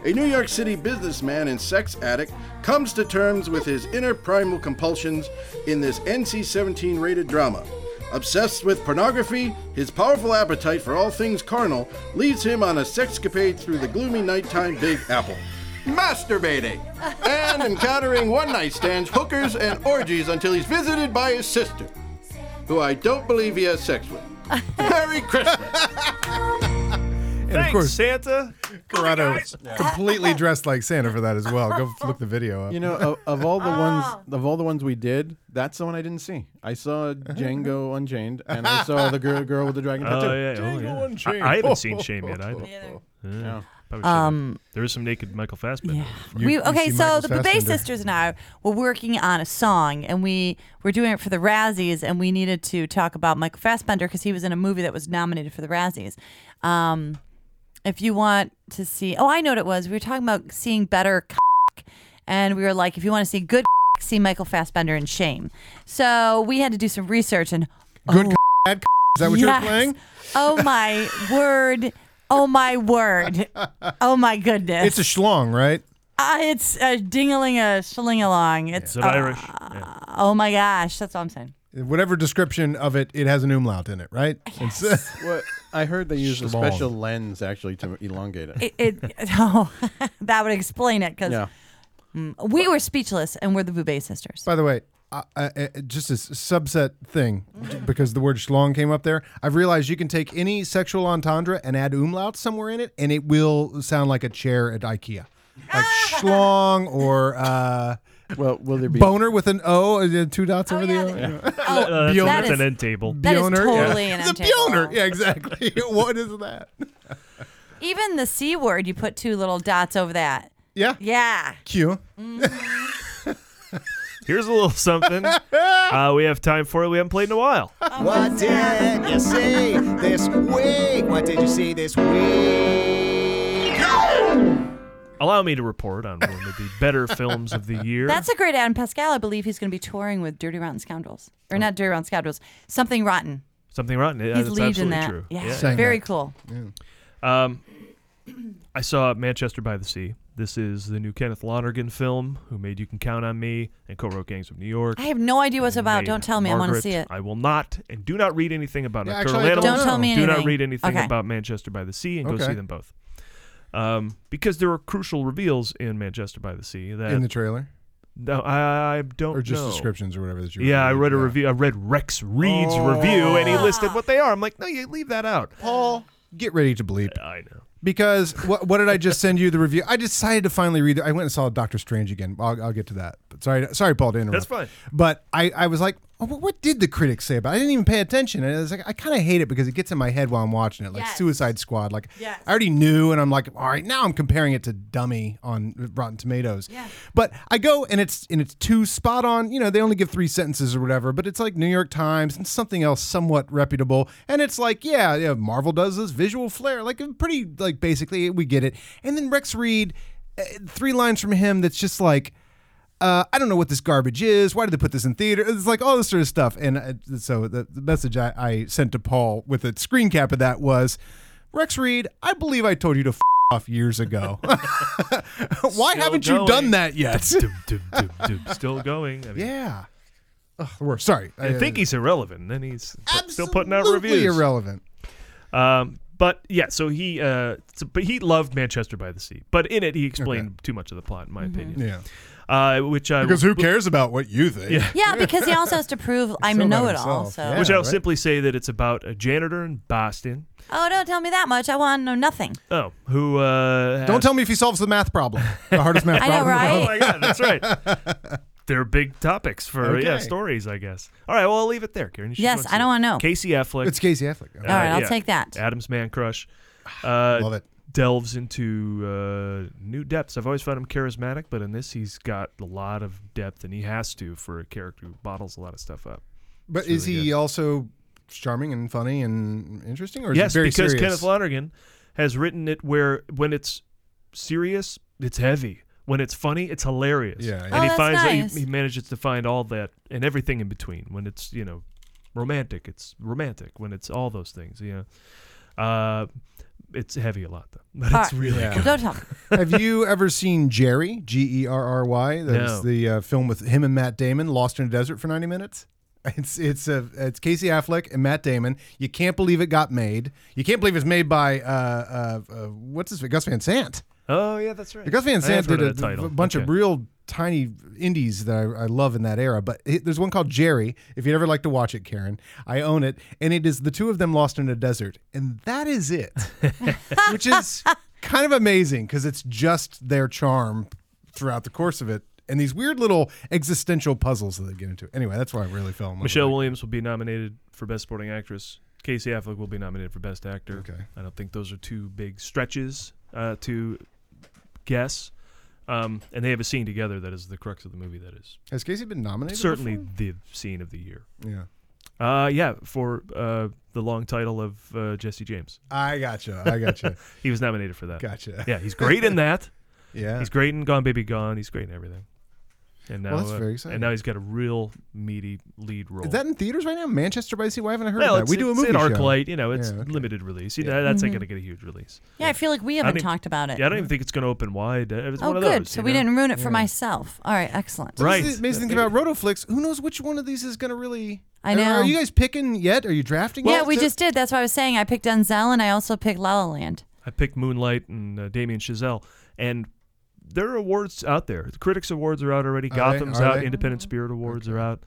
A New York City businessman and sex addict comes to terms with his inner primal compulsions in this NC 17 rated drama. Obsessed with pornography, his powerful appetite for all things carnal leads him on a sexcapade through the gloomy nighttime Big Apple. Masturbating! and encountering one night stands, hookers, and orgies until he's visited by his sister, who I don't believe he has sex with. Merry Christmas! And Thanks, of course, Santa. Corrado completely dressed like Santa for that as well. Go f- look the video up. You know, of, of all the ones Oh. of all the ones we did, that's the one I didn't see. I saw Django Unchained and I saw the girl, girl with the dragon Oh, tattoo. yeah. oh, yeah. I- I, haven't seen Shame yet either. Yeah. Yeah. Probably should have. Um, there is some naked Michael Fassbender. Yeah. we okay. So the Babay sisters and I were working on a song, and we were doing it for the Razzies, and we needed to talk about Michael Fassbender because he was in a movie that was nominated for the Razzies. Um, if you want to see, oh, I know what it was. We were talking about seeing better, cock, and we were like, if you want to see good, cock, see Michael Fassbender in Shame. So we had to do some research, and Good c- bad c- Is that what Oh. Yes. you're playing? Oh my word! Oh my word! Oh my goodness! It's a schlong, right? Uh, it's a dingaling a shilling along. It's an uh, Irish- Oh my gosh, that's all I'm saying. Whatever description of it, it has an umlaut in it, right? It's- What I heard they use a Schlong. special lens actually to elongate it. It, it oh, that would explain it because Yeah. we were speechless and we're the Boubet sisters. By the way, I, I, I- just a s- subset thing, Mm. because the word schlong came up there. I've realized you can take any sexual entendre and add umlaut somewhere in it, and it will sound like a chair at IKEA, like schlong or uh, well, will there be boner with an O, uh, two dots Oh, over the O? Oh, Uh, that's- Bjorn- that's an end table. that is Bjorner, totally yeah. an It's a end table. Bjorner. Yeah, exactly. what is that? Even the c word, you put two little dots over that. Yeah. Yeah. Q. Here's a little something. uh, we have time for it. We haven't played in a while. What did you see this week? What did you see this week? Allow me to report on one of the better films of the year. That's a great Adam Pascal. I believe he's going to be touring with Dirty Rotten Scoundrels, or Oh. not Dirty Rotten Scoundrels, something rotten. Something rotten. Yeah, He's that's lead in absolutely that. true. Yeah. Sang Very that. cool. Um, I saw Manchester by the Sea. This is the new Kenneth Lonergan film, who made You Can Count on Me and co-wrote Gangs of New York. I have no idea what's about. made Don't tell me. I want Margaret. to see it. I will not, and do not read anything about Yeah, it. actually, I don't Don't know. tell me Do not anything. read anything Okay. about Manchester by the Sea, and go Okay. see them both, um, because there were crucial reveals in Manchester by the Sea that In the trailer? No, I I don't. Or just know. descriptions or whatever that you oh, Yeah, I read read, a yeah. review. I read Rex Reed's Oh. review, and he listed what they are. I'm like, no, you leave that out. Paul, get ready to bleep. I know. Because what, what did I just send you the review? I decided to finally read it. I went and saw Doctor Strange again. I'll, I'll get to that. But sorry, sorry, Paul, to interrupt. That's fine. But I, I was like, oh, what what did the critics say about? it? I didn't even pay attention. And I was like, I kind of hate it because it gets in my head while I'm watching it, like Suicide Squad. Like Yes. I already knew, and I'm like, all right, now I'm comparing it to Dummy on Rotten Tomatoes. Yeah. But I go and it's and it's too spot on. You know, they only give three sentences or whatever. But it's like New York Times and something else somewhat reputable. And it's like, yeah, yeah Marvel does this visual flair, like uh, pretty, like basically we get it. And then Rex Reed, uh, three lines from him that's just like. Uh, I don't know what this garbage is. Why did they put this in theater? It's like all this sort of stuff. And uh, so the, the message I, I sent to Paul with a screen cap of that was, Rex Reed, I believe I told you to f- off years ago. Why Still haven't you going. done that yet? Dum, dum, dum, dum, dum. Still going. I mean, yeah. Ugh, we're sorry. I think he's irrelevant. and Then he's pu- still putting out absolutely reviews. irrelevant. Um, but yeah, so he, uh, so- but he loved Manchester by the Sea. But in it, he explained too much of the plot, in Mm-hmm. my opinion. Yeah. Uh, which I Because who cares about what you think? Yeah. Yeah, because he also has to prove I'm a all about know-it-all. himself. So, Yeah, which I'll right. simply say that it's about a janitor in Boston. oh, don't tell me that much. I want to know nothing. Oh, who? Uh, Don't tell me if he solves the math problem. The hardest math I know, problem. right? Oh my god, that's right. They're big topics for yeah Okay. stories, I guess. All right, well I'll leave it there, Karen. You should Yes, go and I see don't it. wanna know. Casey Affleck. It's Casey Affleck. All All right, I'll take that. Adam's Man Crush. Uh, Love it. Delves into uh, new depths. I've always found him charismatic, but in this, he's got a lot of depth, and he has to for a character who bottles a lot of stuff up. But It's is really he good. also charming and funny and interesting? Or is yes, he very because serious? Kenneth Lonergan has written it where when it's serious, it's heavy. When it's funny, it's hilarious. Yeah, yeah. and Oh, he that's finds nice. that he, he manages to find all that and everything in between. When it's you know romantic, it's romantic. When it's all those things, you know, uh, it's heavy a lot though, but All it's right. really Yeah. good. Don't tell me. Have you ever seen Jerry, G E R R Y? No. That's the uh, film with him and Matt Damon, Lost in a Desert for 90 Minutes. It's it's a it's Casey Affleck and Matt Damon. You can't believe it got made. You can't believe it's made by uh, uh, uh, what's his Gus Van Sant. Oh yeah, that's right. Gus I Van have Sant heard did a, of the title. a bunch Okay. of real tiny indies that I, I love in that era. But it, there's one called Jerry. If you'd ever like to watch it, Karen, I own it, and it is the two of them lost in a desert, and that is it, which is kind of amazing because it's just their charm throughout the course of it, and these weird little existential puzzles that they get into. Anyway, that's why I really fell in love. Michelle Williams will be nominated for Best Supporting Actress. Casey Affleck will be nominated for Best Actor. Okay. I don't think those are two big stretches. I uh, to guess. Um, and they have a scene together that is the crux of the movie. That is Has Casey been nominated? certainly before? the scene of the year. Yeah. Uh, yeah, for uh, the long title of uh, Jesse James. I gotcha. I gotcha. he was nominated for that. Gotcha. Yeah, he's great in that. Yeah. he's great in Gone Baby Gone. He's great in everything. And now, Well, that's uh, very And exciting. now he's got a real meaty lead role. Is that in theaters right now? Manchester by the Sea. Why haven't I heard well, of that? it's- We do a it's at movie show. ArcLight. You know, it's Yeah, okay. limited release. You know, that's Mm-hmm. not going to get a huge release. Yeah, I feel like we I don't haven't even- talked about it. Yeah, I don't even think it's going to open wide. Uh, It's Oh, one of good. those, so you we know? didn't ruin it for myself. All right, excellent. So this is the amazing thing about Rotoflix. Who knows which one of these is going to really? I know. Are you guys picking yet? Are you drafting? yeah, yet? we just did. That's why I was saying I picked Denzel and I also picked La La Land. I picked Moonlight and uh, Damien Chazelle, and there are awards out there. The Critics Awards are out already. Are they? Gotham's Are out. they? Independent Spirit Awards are out,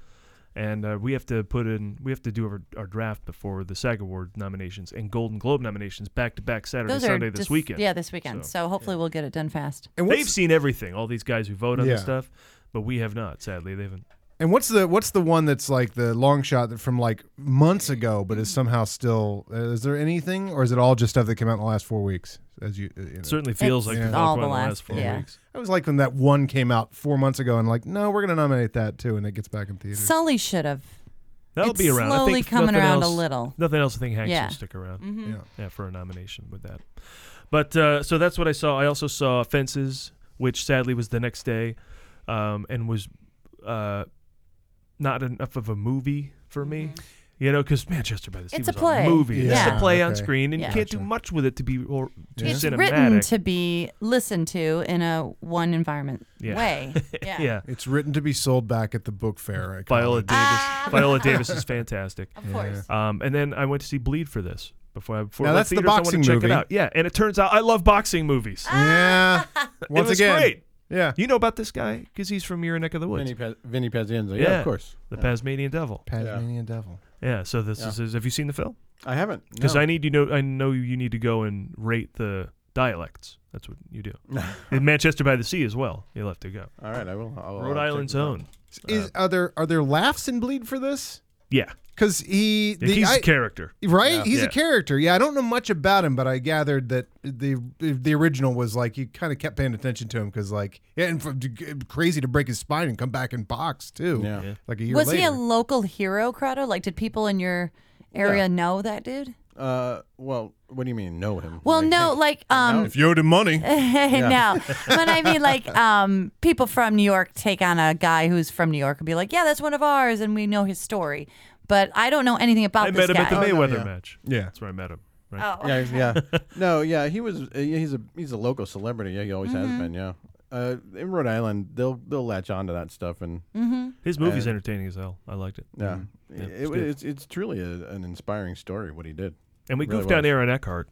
and uh, we have to put in. We have to do our, our draft before the SAG Award nominations and Golden Globe nominations back to back Saturday, Those Sunday are this just- weekend. Yeah, this weekend. So, hopefully we'll get it done fast. They've seen everything. All these guys who vote on this Yeah. stuff, but we have not. Sadly, they haven't. And what's the what's the one that's like the long shot that from like months ago, but is somehow still? Uh, is there anything, or is it all just stuff that came out in the last four weeks? As you, uh, you know? Certainly feels like the all the last, four weeks. I was like when that one came out four months ago, and like, no, we're gonna nominate that too, and it gets back in theaters. Sully should have. That'll It's be around. I slowly think coming nothing around a else- little. Nothing else. I think Hanks Yeah. will stick around. Mhm. Yeah. for a nomination with that. But uh, so that's what I saw. I also saw Fences, which sadly was the next day, um, and was uh, not enough of a movie for me. You know, because Manchester by the Sea Mm-hmm. It's was a play. movie. It's just Yeah. a play on Okay. screen, and Yeah. you can't do much with it to be or too It's cinematic. written to be listened to in a one environment Yeah. way. Yeah. Yeah. it's written to be sold back at the book fair. I Viola call it. Davis. Viola Davis is fantastic. Um, Of Yeah. course. Um, and then I went to see Bleed for this before I before Now I left that's the theaters, I wanted boxing to check movie. It out. Yeah, and it turns out I love boxing movies. Uh, Yeah. Once it was again. great. Yeah. You know about this guy because he's from your neck of the woods. Vinny, Paz- Vinny Pazienza. Yeah, yeah, of course. The Tasmanian Devil. Tasmanian Devil. Yeah. So this Yeah. is, is. Have you seen the film? I haven't, Because no. I need you know. I know you need to go and rate the dialects. That's what you do. In Manchester by the Sea as well. You'll have to go. All right, I will. I'll, Oh, I'll Rhode check Island's this out. own. Is, are there are there laughs in Bleed for this? Yeah. Because he the, he's I- a character. right? Yeah. He's Yeah. a character. Yeah, I don't know much about him, but I gathered that the the original was like you kind of kept paying attention to him because like yeah, and for, crazy to break his spine and come back and box too. Yeah. Yeah. like a year was later. he a local hero, Crowder? Like, did people in your area Yeah. know that dude? Uh, well, what do you mean know him? Well, Like, no, like um, if you owed him money, no, but I mean, like, um, people from New York take on a guy who's from New York and be like, "Yeah, that's one of ours," and we know his story. But I don't know anything about I this met him at guy. the Mayweather yeah. match. Yeah. That's where I met him. Right. Oh. yeah, yeah. No, yeah, he was. Uh, yeah, he's a he's a local celebrity. Yeah, he always Mm-hmm. has been. Yeah. Uh, in Rhode Island, they'll they'll latch onto that stuff and His movie's entertaining as hell. I liked it. yeah, Mm. Mhm. It- it's it, good. it's it's truly a, an inspiring story what he did. And we Really goofed was. on Aaron Eckhart.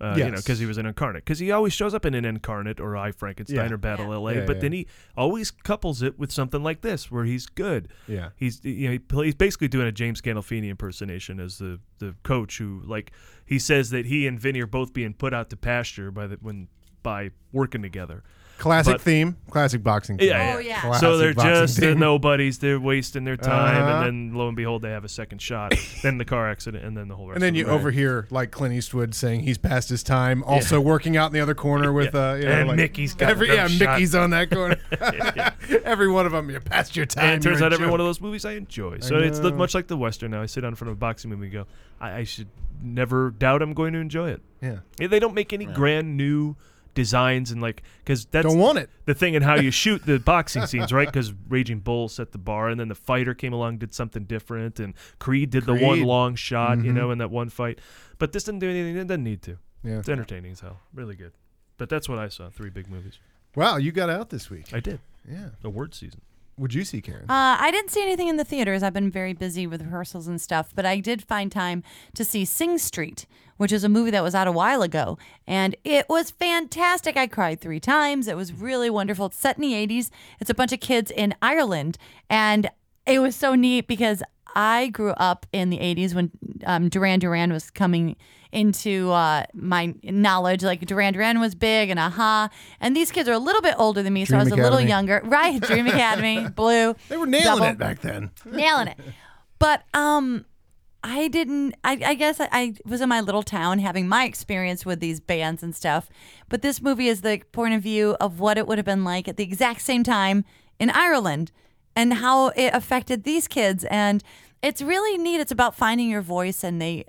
Uh, You know, Yes. because he was an incarnate. Because he always shows up in an incarnate or I Frankenstein Yeah. or Battle L.A. Yeah, but yeah. then he always couples it with something like this, where he's good. Yeah. he's you know he play, he's basically doing a James Gandolfini impersonation as the the coach who like he says that he and Vinny are both being put out to pasture by the when by working together. classic But- theme, classic boxing. Theme. yeah, Oh, Classic So they're boxing just the theme. nobodies. They're wasting their time, Uh-huh. and then lo and behold, they have a second shot. then the car accident, and then the whole. Rest And then of you the movie. overhear like Clint Eastwood saying he's past his time, also working out in the other corner with uh, you know, And like- Mickey's got every no yeah, shot. Mickey's on that corner. every one of them, you're past your time. And it turns you're a out every joke. one of those movies I enjoy. I So it's know. look much like the Western now. I sit down in front of a boxing movie and go, I, I should never doubt I'm going to enjoy it. Yeah. They don't make any grand new designs and like, because that's Don't want it. the thing in how you shoot the boxing scenes, right? Because Raging Bull set the bar and then the fighter came along, did something different, and Creed did the one Creed. long shot, you Mhm. know, in that one fight. But this didn't do anything. It doesn't need to. Yeah. It's entertaining as hell. Really good. But that's what I saw three big movies. Wow, you got out this week. I did. Yeah. Award season. Would you see Karen? Uh, I didn't see anything in the theaters. I've been very busy with rehearsals and stuff, but I did find time to see Sing Street, which is a movie that was out a while ago, and it was fantastic. I cried three times. It was really wonderful. It's set in the 80s, it's a bunch of kids in Ireland, and it was so neat because I grew up in the 80s when um, Duran Duran was coming into uh, my knowledge. Like Duran Duran was big and aha. And these kids are a little bit older than me, so Dream I was a little Academy. younger. Right, Dream Academy, Blue. They were nailing Double. it back then. Nailing it. But um I didn't. I, I guess I, I was in my little town having my experience with these bands and stuff. But this movie is the point of view of what it would have been like at the exact same time in Ireland and how it affected these kids. And it's really neat. It's about finding your voice, and they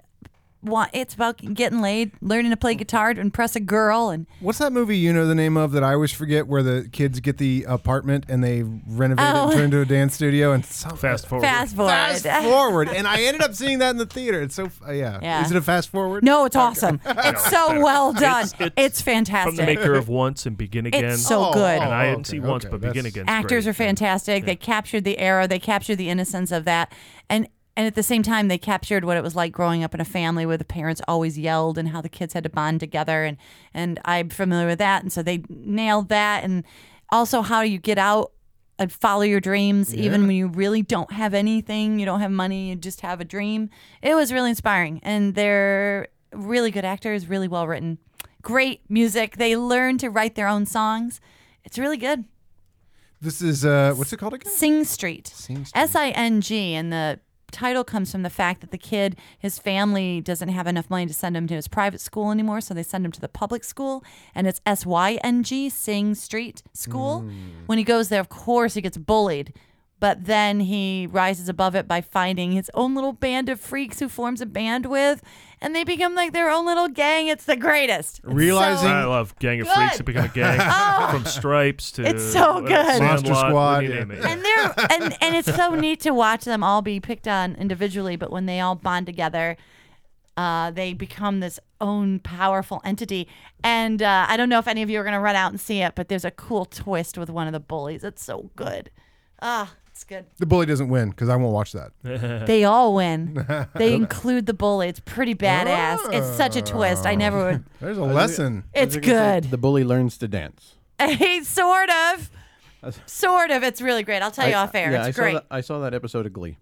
want. It's about getting laid, learning to play guitar, to impress a girl, and What's that movie you know the name of that I always forget where the kids get the apartment and they renovate it Oh. and turn into a dance studio and so, fast forward. Fast forward. Fast forward. And I ended up seeing that in the theater. It's so f- uh, yeah. Yeah. Is it a fast forward? No, it's awesome. It's so well done. It's, It's- it's fantastic. From the maker of Once and Begin It's Again. so good. And I Oh, didn't okay, see Once, okay, but Begin that's- Again. Actors are fantastic. They captured the era. They captured the innocence of that, and and at the same time, they captured what it was like growing up in a family where the parents always yelled and how the kids had to bond together. And and I'm familiar with that, and so they nailed that. And also how you get out and follow your dreams, even Yeah. when you really don't have anything, you don't have money, you just have a dream. It was really inspiring, and they're really good actors, really well written, great music. They learn to write their own songs. It's really good. This is uh what's it called again? Sing Street. S I N G. And the title comes from the fact that the kid, his family doesn't have enough money to send him to his private school anymore, so they send him to the public school. And it's S Y N G, Sing Street School. When he goes there, of course, he gets bullied. But then he rises above it by finding his own little band of freaks who forms a band with, and they become like their own little gang. It's the greatest. It's so- I love Gang of Freaks to Good. become a gang Oh. from Stripes to It's so uh, good. Sandlot, Monster Squad, what do you yeah. name it? and they're and, and it's so neat to watch them all be picked on individually, but when they all bond together, uh, they become this own powerful entity. And uh, I don't know if any of you are gonna run out and see it, but there's a cool twist with one of the bullies. It's so good. Ah, it's good. The bully doesn't win because I won't watch that. They all win. They include the bully. It's pretty badass. It's such a twist. I never would. There's a lesson. It's good. The bully learns to dance. Hey, sort of. Sort of. It's really great. I'll tell you I- off air. it's yeah, I saw great. that- I saw that episode of Glee.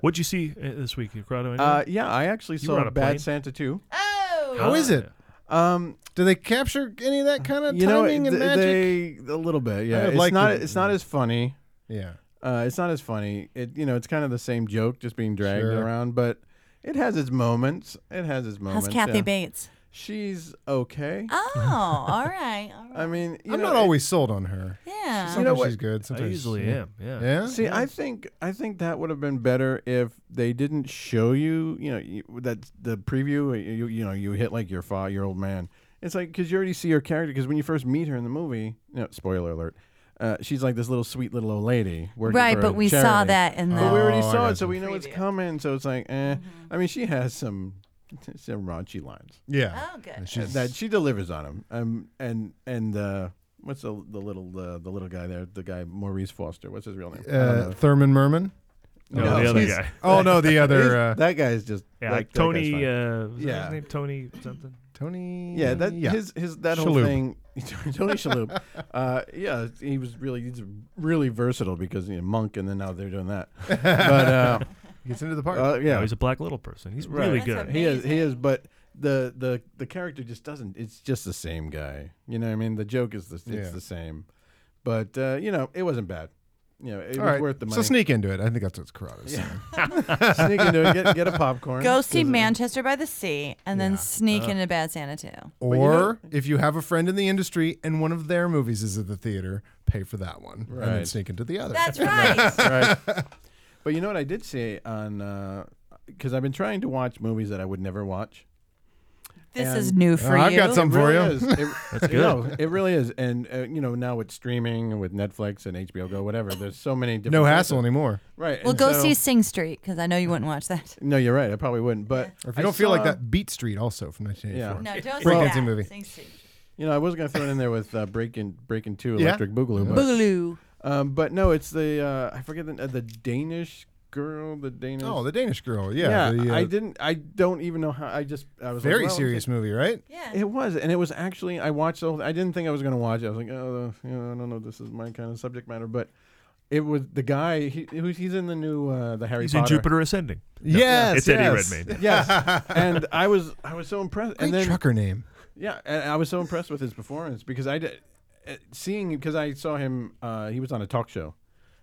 What'd you see uh, this week, Corrado? anything? Uh, yeah, I actually You were on saw a Bad plane? Santa 2. Oh. How is it? Um, Do they capture any of that kind of you know, timing and th- magic? they a little bit. Yeah, would it's like not. to- It's not as funny. Yeah. Uh, it's not as funny. It you know, it's kind of the same joke just being dragged Sure. around, but it has its moments. It has its moments. How's Kathy yeah. Bates? She's okay. Oh, all right. All right. I mean, you I'm know, not it- always sold on her. Yeah. Sometimes You know what? she's good. Sometimes I usually she's- am. Yeah. Yeah. See, I think I think that would have been better if they didn't show you, you know, you, that the preview. uh, You you know, you hit like your five year old man. It's like because you already see her character. Because when you first meet her in the movie, you know, spoiler alert, uh, she's like this little sweet little old lady. working Right, for but a we saw charity. that in But we already Oh, I saw gotcha. it, so we know it's coming. So it's like, eh. Mm-hmm. I mean, she has some some raunchy lines Yeah. Oh, good. And uh, she's- that she delivers on him. Um, and and uh, what's the the little uh, the little guy there? The guy Maurice Foster. What's his real name? I don't uh, know. Thurman Merman. No, the other he's- guy. Oh no, the He's- other uh, that guy's just Yeah, that- like that guy's Tony. fine. Uh, was that Yeah. his name Tony something. Tony. yeah, that his his that whole Shalhoub. thing. Tony Shalhoub. Uh, yeah, he was really he's really versatile because you know, monk, and then now they're doing that. But uh, gets into the park. uh, yeah, No, he's a black little person. He's Right. really That's good. He is. He is. But the the the character just doesn't. It's just the same guy. You know. what I mean, the joke is the it's Yeah. the same. But uh, you know, it wasn't bad. You know, it All was right, worth the money. So sneak into it. I think that's what Carrada's saying. Sneak into it. Get, get a popcorn. Go see 'cause it- Manchester by the Sea and then sneak into Bad Santa too. Or you know- if you have a friend in the industry and one of their movies is at the theater, pay for that one and then Right. sneak into the other. That's right. right. But you know what I did see on because I've been trying to watch movies that I would never watch. This And- is new Uh, for I've you. got some It for really you. is. It, That's you know, it really is. And uh, you know now with streaming and with Netflix and HBO Go, whatever. There's so many different. No places. hassle anymore. Right. Well, and go so- see Sing Street because I know you wouldn't watch that. No, you're right. I probably wouldn't. But Or if you I don't feel like saw- that, Beat Street also from 1984. No, don't Breakdancing see that. movie. Sing Street. you know, I was gonna throw it in there with uh, Breaking Breaking Two Yeah. Electric Boogaloo, but Boogaloo. um, but no, it's the uh, I forget the uh, the Danish girl, the Danish. Oh, the Danish girl. yeah. Yeah. the, uh, I didn't. I don't even know how. I just I was like, very well, serious movie, right? Yeah. It was, and it was actually. I watched the whole. I didn't think I was gonna watch it. I was like, oh, you know, I don't know. This is my kind of subject matter, but it was the guy. He, who's he's in the new uh, the Harry He's in Potter. Jupiter Ascending. Yes. It's Eddie yes. Redmayne. Yes, and I was I was so impressed. Great and then trucker name. Yeah, and I was so impressed eh, with his performance because I did uh, seeing because I saw him. Uh, he was on a talk show,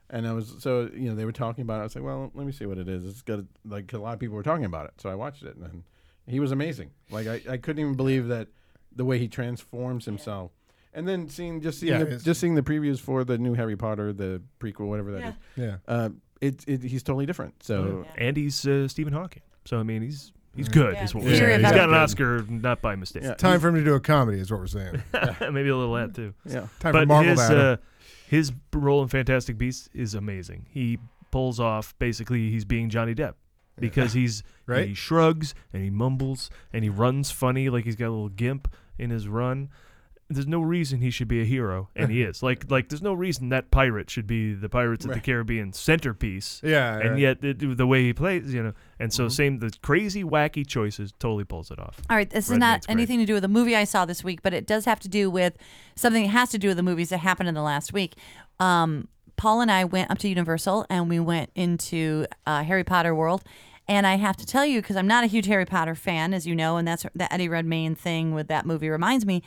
And I was so you know they were talking about it. I was like, well, let me see what it is. It's got like a lot of people were talking about it, so I watched it, and then he was amazing. Like I, I couldn't even believe that the way he transforms himself. And then seeing just seeing Yeah, the, it's- just seeing the previews for the new Harry Potter, the prequel, whatever that Yeah. is. Yeah. Uh, it, it he's totally different. So and he's uh, Stephen Hawking. So I mean, he's he's good. Yeah. Is what Yeah, we're saying. he's He's got an good. Oscar, not by mistake. Time for him to do a comedy, is what we're saying. maybe a little of that too. Yeah. Time for but Marvel his to add uh, his role in Fantastic Beasts is amazing. He pulls off basically he's being Johnny Depp because he's Right. he shrugs and he mumbles and he runs funny like he's got a little gimp in his run. There's no reason he should be a hero, and he is. Like, like there's no reason that pirate should be the Pirates of the Right. Caribbean centerpiece. Yeah, and right. Mm-hmm. yet the, the way he plays, you know, and so same the crazy wacky choices totally pulls it off. All right, this is Redman's not great. anything to do with a movie I saw this week, but it does have to do with something that has to do with the movies that happened in the last week. Um, Paul and I went up to Universal and we went into uh, Harry Potter World. And I have to tell you, because I'm not a huge Harry Potter fan, as you know, and that's the Eddie Redmayne thing with that movie reminds me.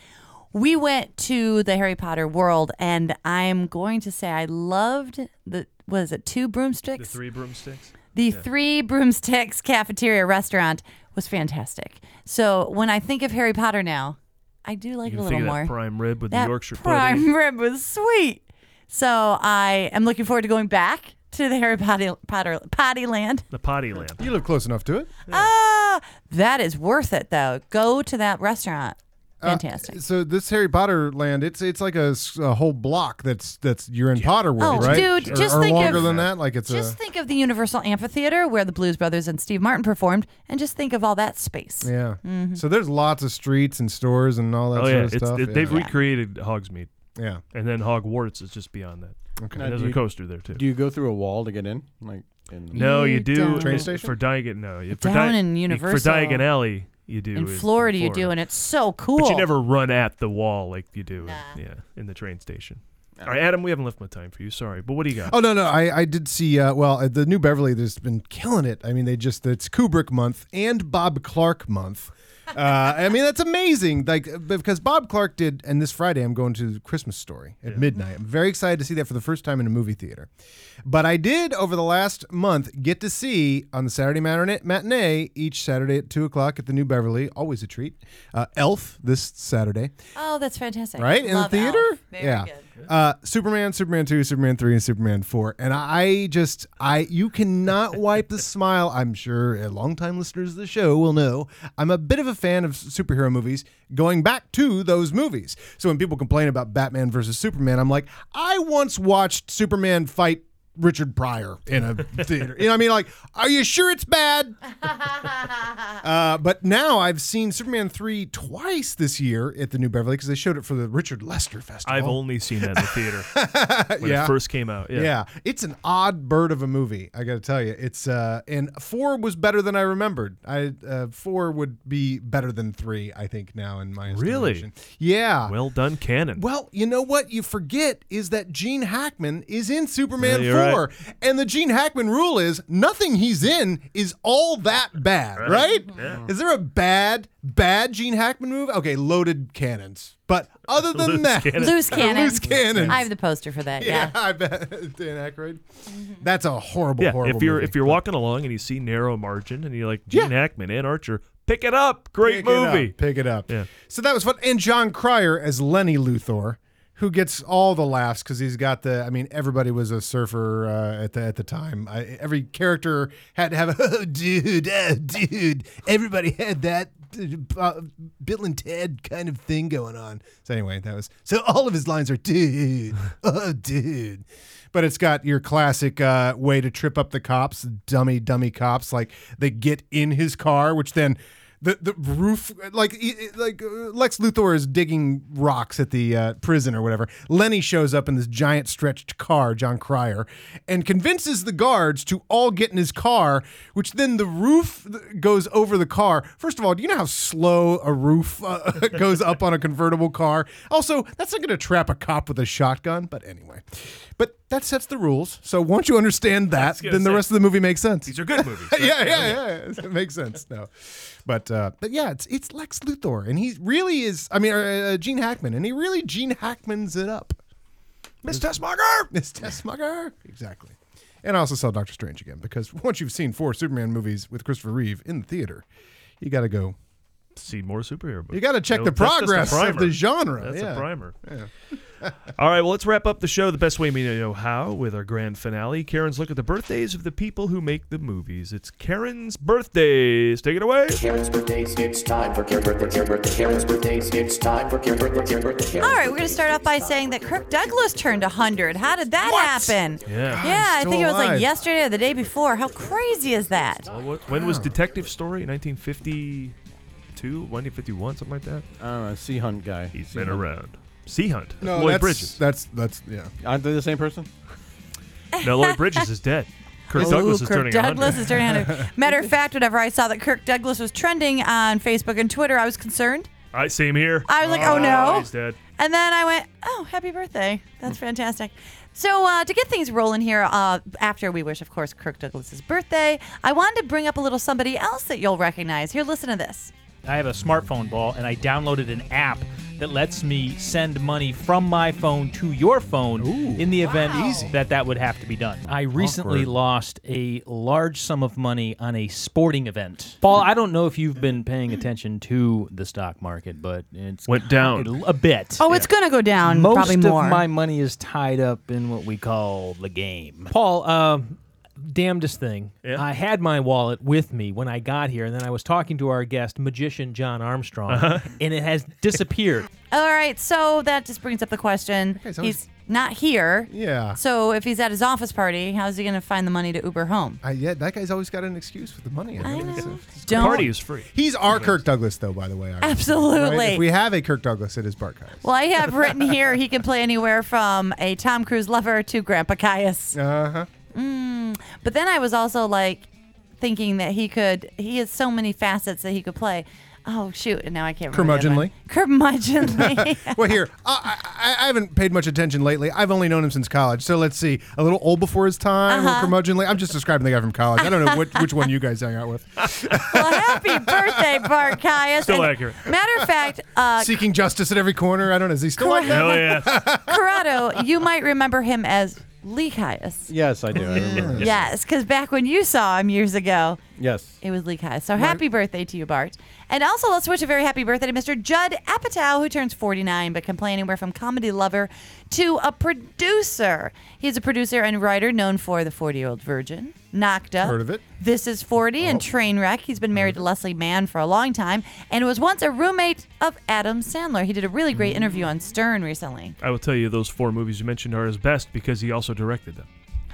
We went to the Harry Potter World, and I'm going to say I loved the, was it two broomsticks? The three broomsticks. The Yeah. Three Broomsticks Cafeteria Restaurant was fantastic. So when I think of Harry Potter now, I do like You it can a little think of more. that prime rib with That the Yorkshire pudding. prime rib was sweet. So I am looking forward to going back to the Harry Potter Potter Potty Land. The potty land. You live close enough to it. Ah, that is worth it though. Go to that restaurant. Uh, Fantastic. so this Harry Potter land, it's it's like a, s- a whole block that's that's you're in Potter World, Oh, right? dude, or, just or think longer of- than that. Like it's just a think of the Universal Amphitheater where the Blues Brothers and Steve Martin performed, and just think of all that space. yeah. Mhm. So there's lots of streets and stores and all that Oh sort yeah, of it's, stuff. it- yeah. they've recreated Hogsmeade. Yeah. and then Hogwarts is just beyond that. Okay. And there's do a you- coaster there too. Do you go through a wall to get in? Like in No, you, do don't. Train station? for Diagon. No, you- for Down Di- in you- Universal. for Diagon Alley, you do in is- Florida, you do, and it's so cool. But you never run at the wall like you do, in, yeah, in the train station. All right, Adam, we haven't left my time for you. Sorry, but what do you got? Oh no, no, I, I did see. Uh, well, at the New Beverly, there's been killing it. I mean, they just it's Kubrick month and Bob Clark month. Uh, I mean, that's amazing. Like uh, because Bob Clark did, and this Friday I'm going to Christmas Story at midnight. I'm very excited to see that for the first time in a movie theater. But I did over the last month get to see on the Saturday matinee, matinee each Saturday at two o'clock at the New Beverly. Always a treat. Uh, Elf this Saturday. Oh, that's fantastic. Right? In Love the theater? Elf. Very yeah. good. Uh, Superman, Superman 2, Superman 3, and Superman 4. And I just, I, you cannot wipe the smile. I'm sure uh, longtime listeners of the show will know. I'm a bit of a fan of superhero movies going back to those movies. So when people complain about Batman versus Superman, I'm like, I once watched Superman fight Richard Pryor in a theater. you know what I mean? Like, are you sure it's bad? Uh, but now I've seen Superman 3 twice this year at the New Beverly because they showed it for the Richard Lester Festival. I've only seen that in the theater when Oh. Yeah. it first came out. Yeah. it's an odd bird of a movie. I got to tell you, it's uh, and four was better than I remembered. I uh, four would be better than three, I think now in my Really? estimation. Yeah. Well done, Canon. Well, you know what you forget is that Gene Hackman is in Superman Yeah, you're 4. And the Gene Hackman rule is nothing he's in is all that bad, right? Right. Yeah. Is there a bad, bad Gene Hackman movie? Okay, loaded cannons. But other than Loose that, cannons. Loose cannon. Loose cannons. I have the poster for that. Yeah. I bet. Dan Aykroyd. That's a horrible, yeah. horrible If you're movie. if you're walking along and you see narrow margin and you're like Gene Hackman and Archer, pick it up. Great Pick it up, movie. pick it up. Yeah. So that was fun. And John Cryer as Lenny Luthor, who gets all the laughs because he's got the. I mean, everybody was a surfer uh, at the at the time. I, every character had to have a oh, dude, oh, dude. Everybody had that. Uh, Bill and Ted kind of thing going on. So anyway, that was so all of his lines are dude, oh dude, but it's got your classic uh, way to trip up the cops, dummy dummy cops. Like they get in his car, which then the the roof like he- he- like uh, Lex Luthor is digging rocks at the uh, prison or whatever. Lenny shows up in this giant stretched car, John Cryer, and convinces the guards to all get in his car, which then the roof th- goes over the car. First of all, do you know how slow a roof uh, goes up on a convertible car? Also, that's not going to trap a cop with a shotgun, but anyway. But that sets the rules. So once you understand that, gonna then the say, rest of the movie makes sense. These are good movies. yeah, yeah, yeah. It makes sense now. But uh, but yeah, it's it's Lex Luthor, and he really is. I mean, uh, uh, Gene Hackman, and he really Gene Hackman's it up. Miss Tessmacher! Miss Tessmacher! Exactly. And I also saw Doctor Strange again because once you've seen four Superman movies with Christopher Reeve in the theater, you got to go see more superhero movies. You got to check No, the that's just a progress of primer. the genre. That's yeah. a primer. Yeah. All right, well, let's wrap up the show the best way we know how with our grand finale. Karen's look at the birthdays of the people who make the movies. It's Karen's birthdays. Take it away. Karen's birthdays. It's time for Karen birthday. Karen birthday. Karen's birthdays. It's time for Karen birthday. Karen birthday. Karen All right, we're going to start off by saying that Kirk Douglas turned 100. How did that happen? Yeah. Yeah, I Still think it was alive. like yesterday or the day before. How crazy is that? Well, what, when was Detective Story? 1952, 1951, something like that. Uh, Sea Hunt guy. He's been around. Sea Hunt. No, Lloyd that's- Bridges. That's that's yeah. Aren't they the same person? No, Lloyd Bridges is dead. Kirk Ooh, Douglas is Kirk turning Douglas 100. is turning 100. Matter of fact, whenever I saw that Kirk Douglas was trending on Facebook and Twitter, I was concerned. I same here. I was like, oh, no. he's dead. And then I went, oh, happy birthday. That's fantastic. So, uh, to get things rolling here, uh, after we wish, of course, Kirk Douglas's birthday, I wanted to bring up a little somebody else that you'll recognize. Here, listen to this. I have a smartphone ball and I downloaded an app that lets me send money from my phone to your phone in the event that that would have to be done. I recently Awkward. lost a large sum of money on a sporting event. Paul, I don't know if you've been paying attention to the stock market, but it's went down a bit. Oh, it's going to go down Most probably more. of my money is tied up in what we call the game. Paul, um, damnedest thing. I had my wallet with me when I got here, and then I was talking to our guest, magician John Armstrong, Uh-huh. and it has disappeared. All right, so that just brings up the question. so he's not here. Yeah. So, if he's at his office party, how's he going to find the money to Uber home? I, yeah, that guy's always got an excuse with the money. I mean, it's- it's- Don't- Party is free. He's our Kirk Douglas, though. By the way, I Absolutely. Right? If we have a Kirk Douglas, it is Bart Kyle. Well, I have written here he can play anywhere from a Tom Cruise lover to Grandpa Caius. Uh huh. Mm. But then I was also like thinking that he could, he has so many facets that he could play. Oh, shoot. And now I can't remember. the other one. Curmudgeonly. well, here I, I, I haven't paid much attention lately. I've only known him since college, so let's see. A little old before his time, a little curmudgeonly. I'm just describing the guy from college. I don't know which, which one you guys hang out with. Happy birthday, Bart Caius. Still And accurate. Matter of fact, uh, Seeking justice at every corner. I don't know. Is he still like that? Oh, Hell Corrado, you might remember him as Lee Caius. Yes, I do. I remember. Yes, because back when you saw him years ago, Yes. It was Lee Kai. So happy birthday to you, Bart. And also, let's wish a very happy birthday to Mr. Judd Apatow, who turns 49, but can play anywhere from comedy lover to a producer. He's a producer and writer known for The 40 Year Old Virgin, Knocked Up. Heard of it. Oh. This is 40 and Trainwreck. He's been married to Leslie Mann for a long time and was once a roommate of Adam Sandler. He did a really great interview on Stern recently. I will tell you, those four movies you mentioned are his best because he also directed them.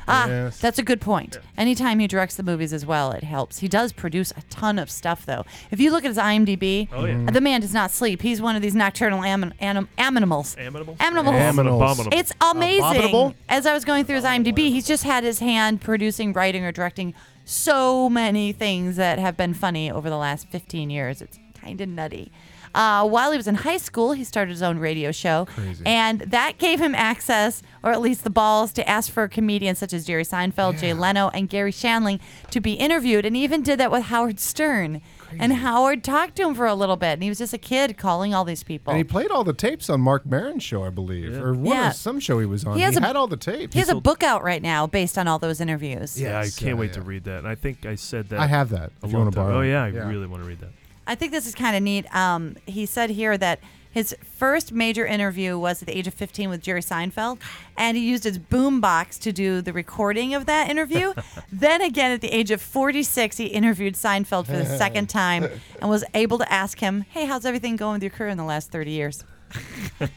Ah, that's a good point. Anytime he directs the movies as well, it helps. He does produce a ton of stuff, though. If you look at his IMDb, Oh, yeah. the man does not sleep. He's one of these nocturnal anim- anim- animals. Aminable? Animals. Aminals. Abominable. It's amazing. Abominable? As I was going through his IMDb, he's just had his hand producing, writing, or directing so many things that have been funny over the last 15 years. It's kind of nutty. Uh, while he was in high school, he started his own radio show. Crazy. And that gave him access, or at least the balls, to ask for comedians such as Jerry Seinfeld, Jay Leno, and Gary Shandling to be interviewed. And he even did that with Howard Stern. And Howard talked to him for a little bit. And he was just a kid calling all these people. And he played all the tapes on Mark Maron's show, I believe, or one Yeah. of some show he was on. He, had all the tapes. He has a book out right now based on all those interviews. Yeah, I Yes, can't uh, wait to read that. And I think I said that. I have that, a if you long wanna time- borrow Oh it. yeah, I Yeah. really want to read that. I think this is kind of neat. Um, he said here that his first major interview was at the age of 15 with Jerry Seinfeld, and he used his boombox to do the recording of that interview. then again, at the age of 46, he interviewed Seinfeld for the second time and was able to ask him, "Hey, how's everything going with your career in the last 30 years?"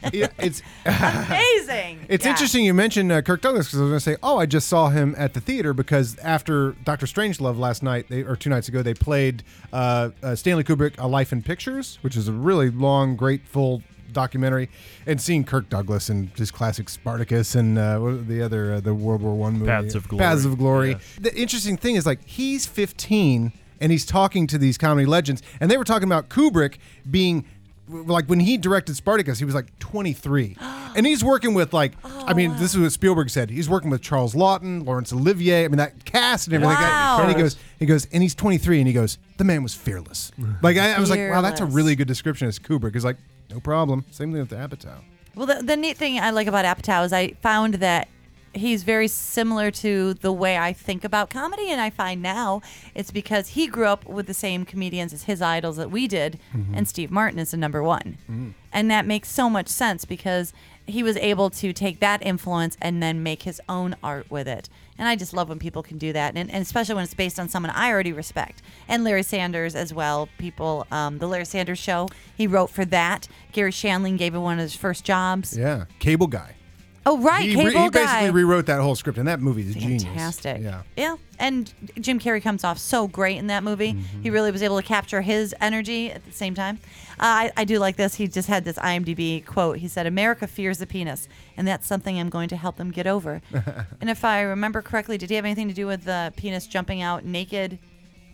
it's amazing. It's Yeah. interesting you mentioned uh, Kirk Douglas because I was going to say, oh, I just saw him at the theater because after Doctor Strangelove last night they, or two nights ago, they played uh, uh, Stanley Kubrick A Life in Pictures, which is a really long, great, full documentary, and seeing Kirk Douglas and his classic Spartacus and uh, what are the other uh, the World War One movie, Paths of Glory. Paths of Glory. Yeah. The interesting thing is like he's 15 and he's talking to these comedy legends, and they were talking about Kubrick being like when he directed Spartacus, he was like 23, and he's working with like I mean Oh. this is what Spielberg said. He's working with Charles Lawton, Laurence Olivier. I mean that cast and everything. Wow. And he goes, he goes, and he's 23, and he goes, the man was fearless. Like I, I was like, wow, that's a Fearless. really good description. As Kubrick is like, no problem. Same thing with the Apatow. Well, the, the neat thing I like about Apatow is I found that he's very similar to the way I think about comedy, and I find now it's because he grew up with the same comedians as his idols that we did, Mm-hmm. Mhm. and Steve Martin is the number one. And that makes so much sense because he was able to take that influence and then make his own art with it. And I just love when people can do that, and, and especially when it's based on someone I already respect. And Larry Sanders as well. People, um, the Larry Sanders Show, he wrote for that. Gary Shandling gave him one of his first jobs. Yeah, Cable Guy. Oh right, he, re- Cable he Guy. basically rewrote that whole script, and that movie is genius. Fantastic. Yeah. Yeah, and Jim Carrey comes off so great in that movie. He really was able to capture his energy at the same time. Uh, I, I do like this. He just had this IMDb quote. He said, "America fears the penis, and that's something I'm going to help them get over." and if I remember correctly, did he have anything to do with the penis jumping out naked?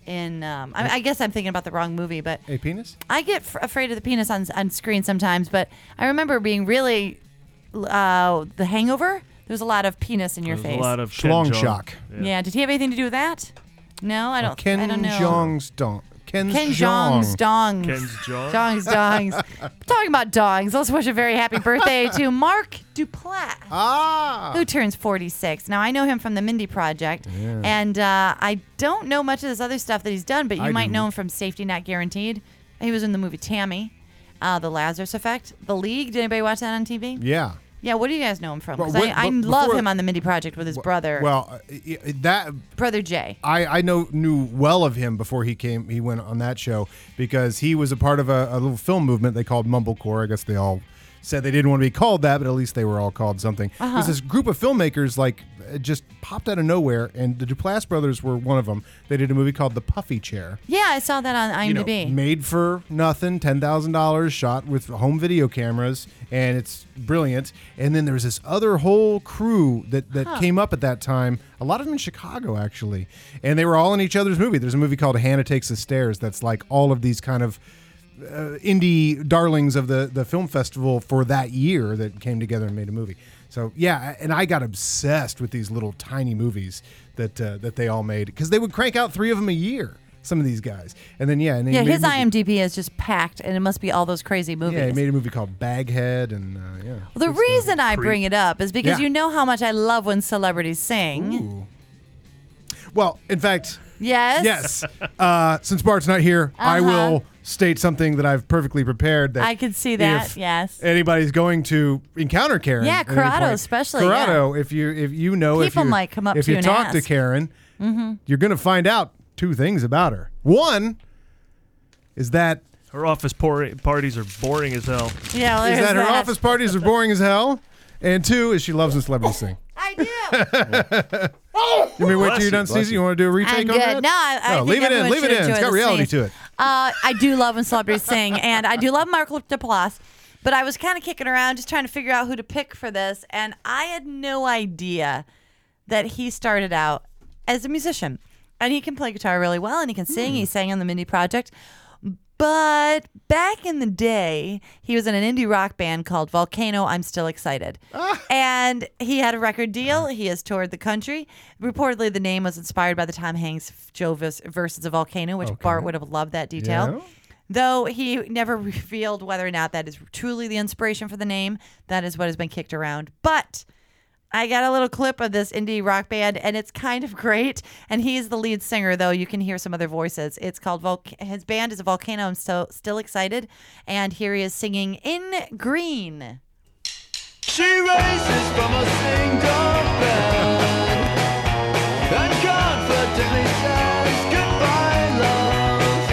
In, um, I, I guess I'm thinking about the wrong movie, but A penis? I get f- afraid of the penis on on screen sometimes, but I remember being really uh, the Hangover. There's a lot of penis in your There's face. a lot of Ken Schlong Jeong. shock. Yeah. Did he have anything to do with that? No, I don't. Ken I don't know. Jong's dong. Ken, Ken Jong's dongs. Dongs, dongs. Talking about dongs, let's wish a very happy birthday to Mark Duplass, ah. who turns 46. Now, I know him from the Mindy Project, Yeah. and uh, I don't know much of this other stuff that he's done, but you I might do. know him from Safety Not Guaranteed. He was in the movie Tammy, uh, The Lazarus Effect, The League. Did anybody watch that on TV? Yeah. Yeah, what do you guys know him from? 'Cause But what- I, I but love before- him on the Mindy Project with his brother, Well, uh, y- y- that brother Jay. I, I know knew well of him before he came he went on that show because he was a part of a, a little film movement they called Mumblecore. I guess they all said they didn't want to be called that, but at least they were all called something. There's Uh-huh. this group of filmmakers like uh, just popped out of nowhere, and the Duplass brothers were one of them. They did a movie called The Puffy Chair. Yeah, I saw that on You know, IMDb. made for nothing, ten thousand dollars, shot with home video cameras, and it's brilliant. And then there was this other whole crew that that Huh. came up at that time. A lot of them in Chicago, actually, and they were all in each other's movie. There's a movie called Hannah Takes the Stairs that's like all of these kind of. Uh, indie darlings of the the film festival for that year that came together and made a movie. So yeah, and I got obsessed with these little tiny movies that uh, that they all made because they would crank out three of them a year. Some of these guys, and then yeah, and they Yeah, made a his movie- IMDb is just packed, and it must be all those crazy movies. Yeah, he made a movie called Baghead, and uh, yeah. well, the reason I bring it up is because Yeah. Hmm? you know how much I love when celebrities sing. Well, in fact, Yes. yes. Uh, since Bart's not here, I Uh-huh. will state something that I've perfectly prepared. That I could see that, if yes. Anybody's going to encounter Karen. Yeah, at any Corrado point- especially, Corrado, if you if you know if People you, might come up if to you you and talk to ask. Karen, Mm-hmm. you're going to find out two things about her. One is that Her office por- parties are boring as hell. Yeah, well, is there's that her that. office parties are boring as hell, and two is she loves when celebrities sing. I do. you mean wait till you're done sneezing? You want to do a retake I'm on good. that? No, I, I think leave it in. everyone Leave it should in. It's enjoy got the reality sneeze. to it. Uh, I do love when celebrities sing, and I do love Mark Duplass. But I was kind of kicking around, just trying to figure out who to pick for this, and I had no idea that he started out as a musician, and he can play guitar really well, and he can sing. He sang on the Mindy Project. But back in the day, he was in an indie rock band called Volcano. I'm still excited. And he had a record deal. He has toured the country. Reportedly, the name was inspired by the Tom Hanks Joe vers- versus a volcano, which Bart would have loved that detail. Yeah. Though he never revealed whether or not that is truly the inspiration for the name, that is what has been kicked around. But I got a little clip of this indie rock band, and it's kind of great. And he is the lead singer, though you can hear some other voices. It's called Volc- his band is a volcano. I'm so still excited, and here he is singing in green. She races from a single bed and confidently says goodbye, love.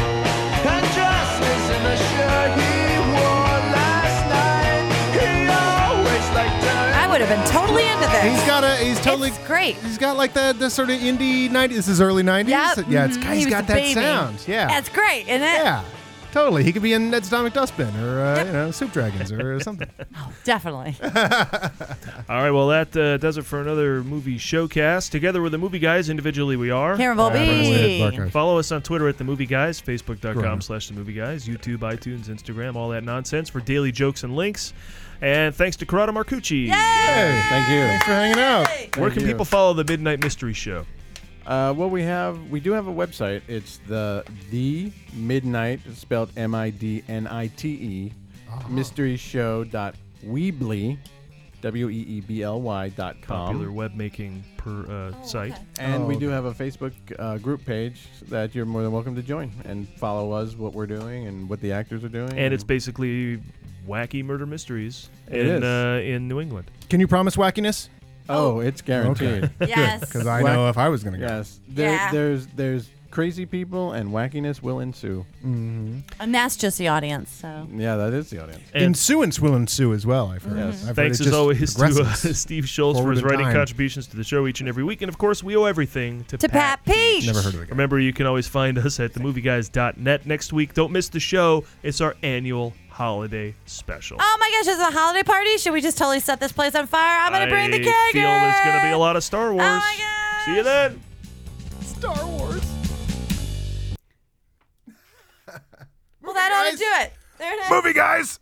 And dressed is in the shirt he wore last night. He always liked her. I would have been totally into this. He's got a. He's totally great. He's got like that the sort of indie '90s. This is early '90s. Yeah, it's, Mhm. he's He was got the that baby. sound. Yeah. That's great, isn't it? yeah. Totally. He could be in Ned's Atomic Dustbin or uh, you know Soup Dragons or something. Definitely. All right, well, that uh, does it for another movie showcast. Together with the movie guys, individually we are. Karen Volbee. Yeah, Barker. Follow us on Twitter at The Movie Guys, Facebook.com Correct. slash The Movie Guys, YouTube, iTunes, Instagram, all that nonsense for daily jokes and links. And thanks to Corrado Marcucci. Hey, thank you. Thanks for hanging out. Where Thank can you. people follow The Midnight Mystery Show? Uh, well, we have we do have a website. It's the the Oh. midnight spelled M I D N I T E mystery show dot Weebly, W E E B L Y dot com. Popular Um, web making per uh, site. And we Oh, do have a Facebook uh, group page that you're more than welcome to join and follow us, what we're doing, and what the actors are doing. And it's basically wacky murder mysteries It in is. Uh, in New England. Can you promise wackiness? Oh, it's guaranteed. Yes. Because I know if I was going to go. Yes. There, Yeah. There's there's crazy people and wackiness will ensue. Mm-hmm. And that's just the audience. So Yeah, that is the audience. Insuance will ensue as well, I've heard. Yes. I've heard Thanks as it just always to uh, progresses Steve Schultz for forward his in writing time. contributions to the show each and every week. And of course, we owe everything to, To Pat Peach. Never heard of it. Remember, you can always find us at themovieguys.net. Next week, don't miss the show. It's our annual holiday special. Oh my gosh, it's a holiday party. Should we just totally set this place on fire? I'm gonna bring the Oh, I keg. feel there's going to be a lot of Star Wars. See you then. Star Wars. Well, that ought to do it. There it is. Movie guys.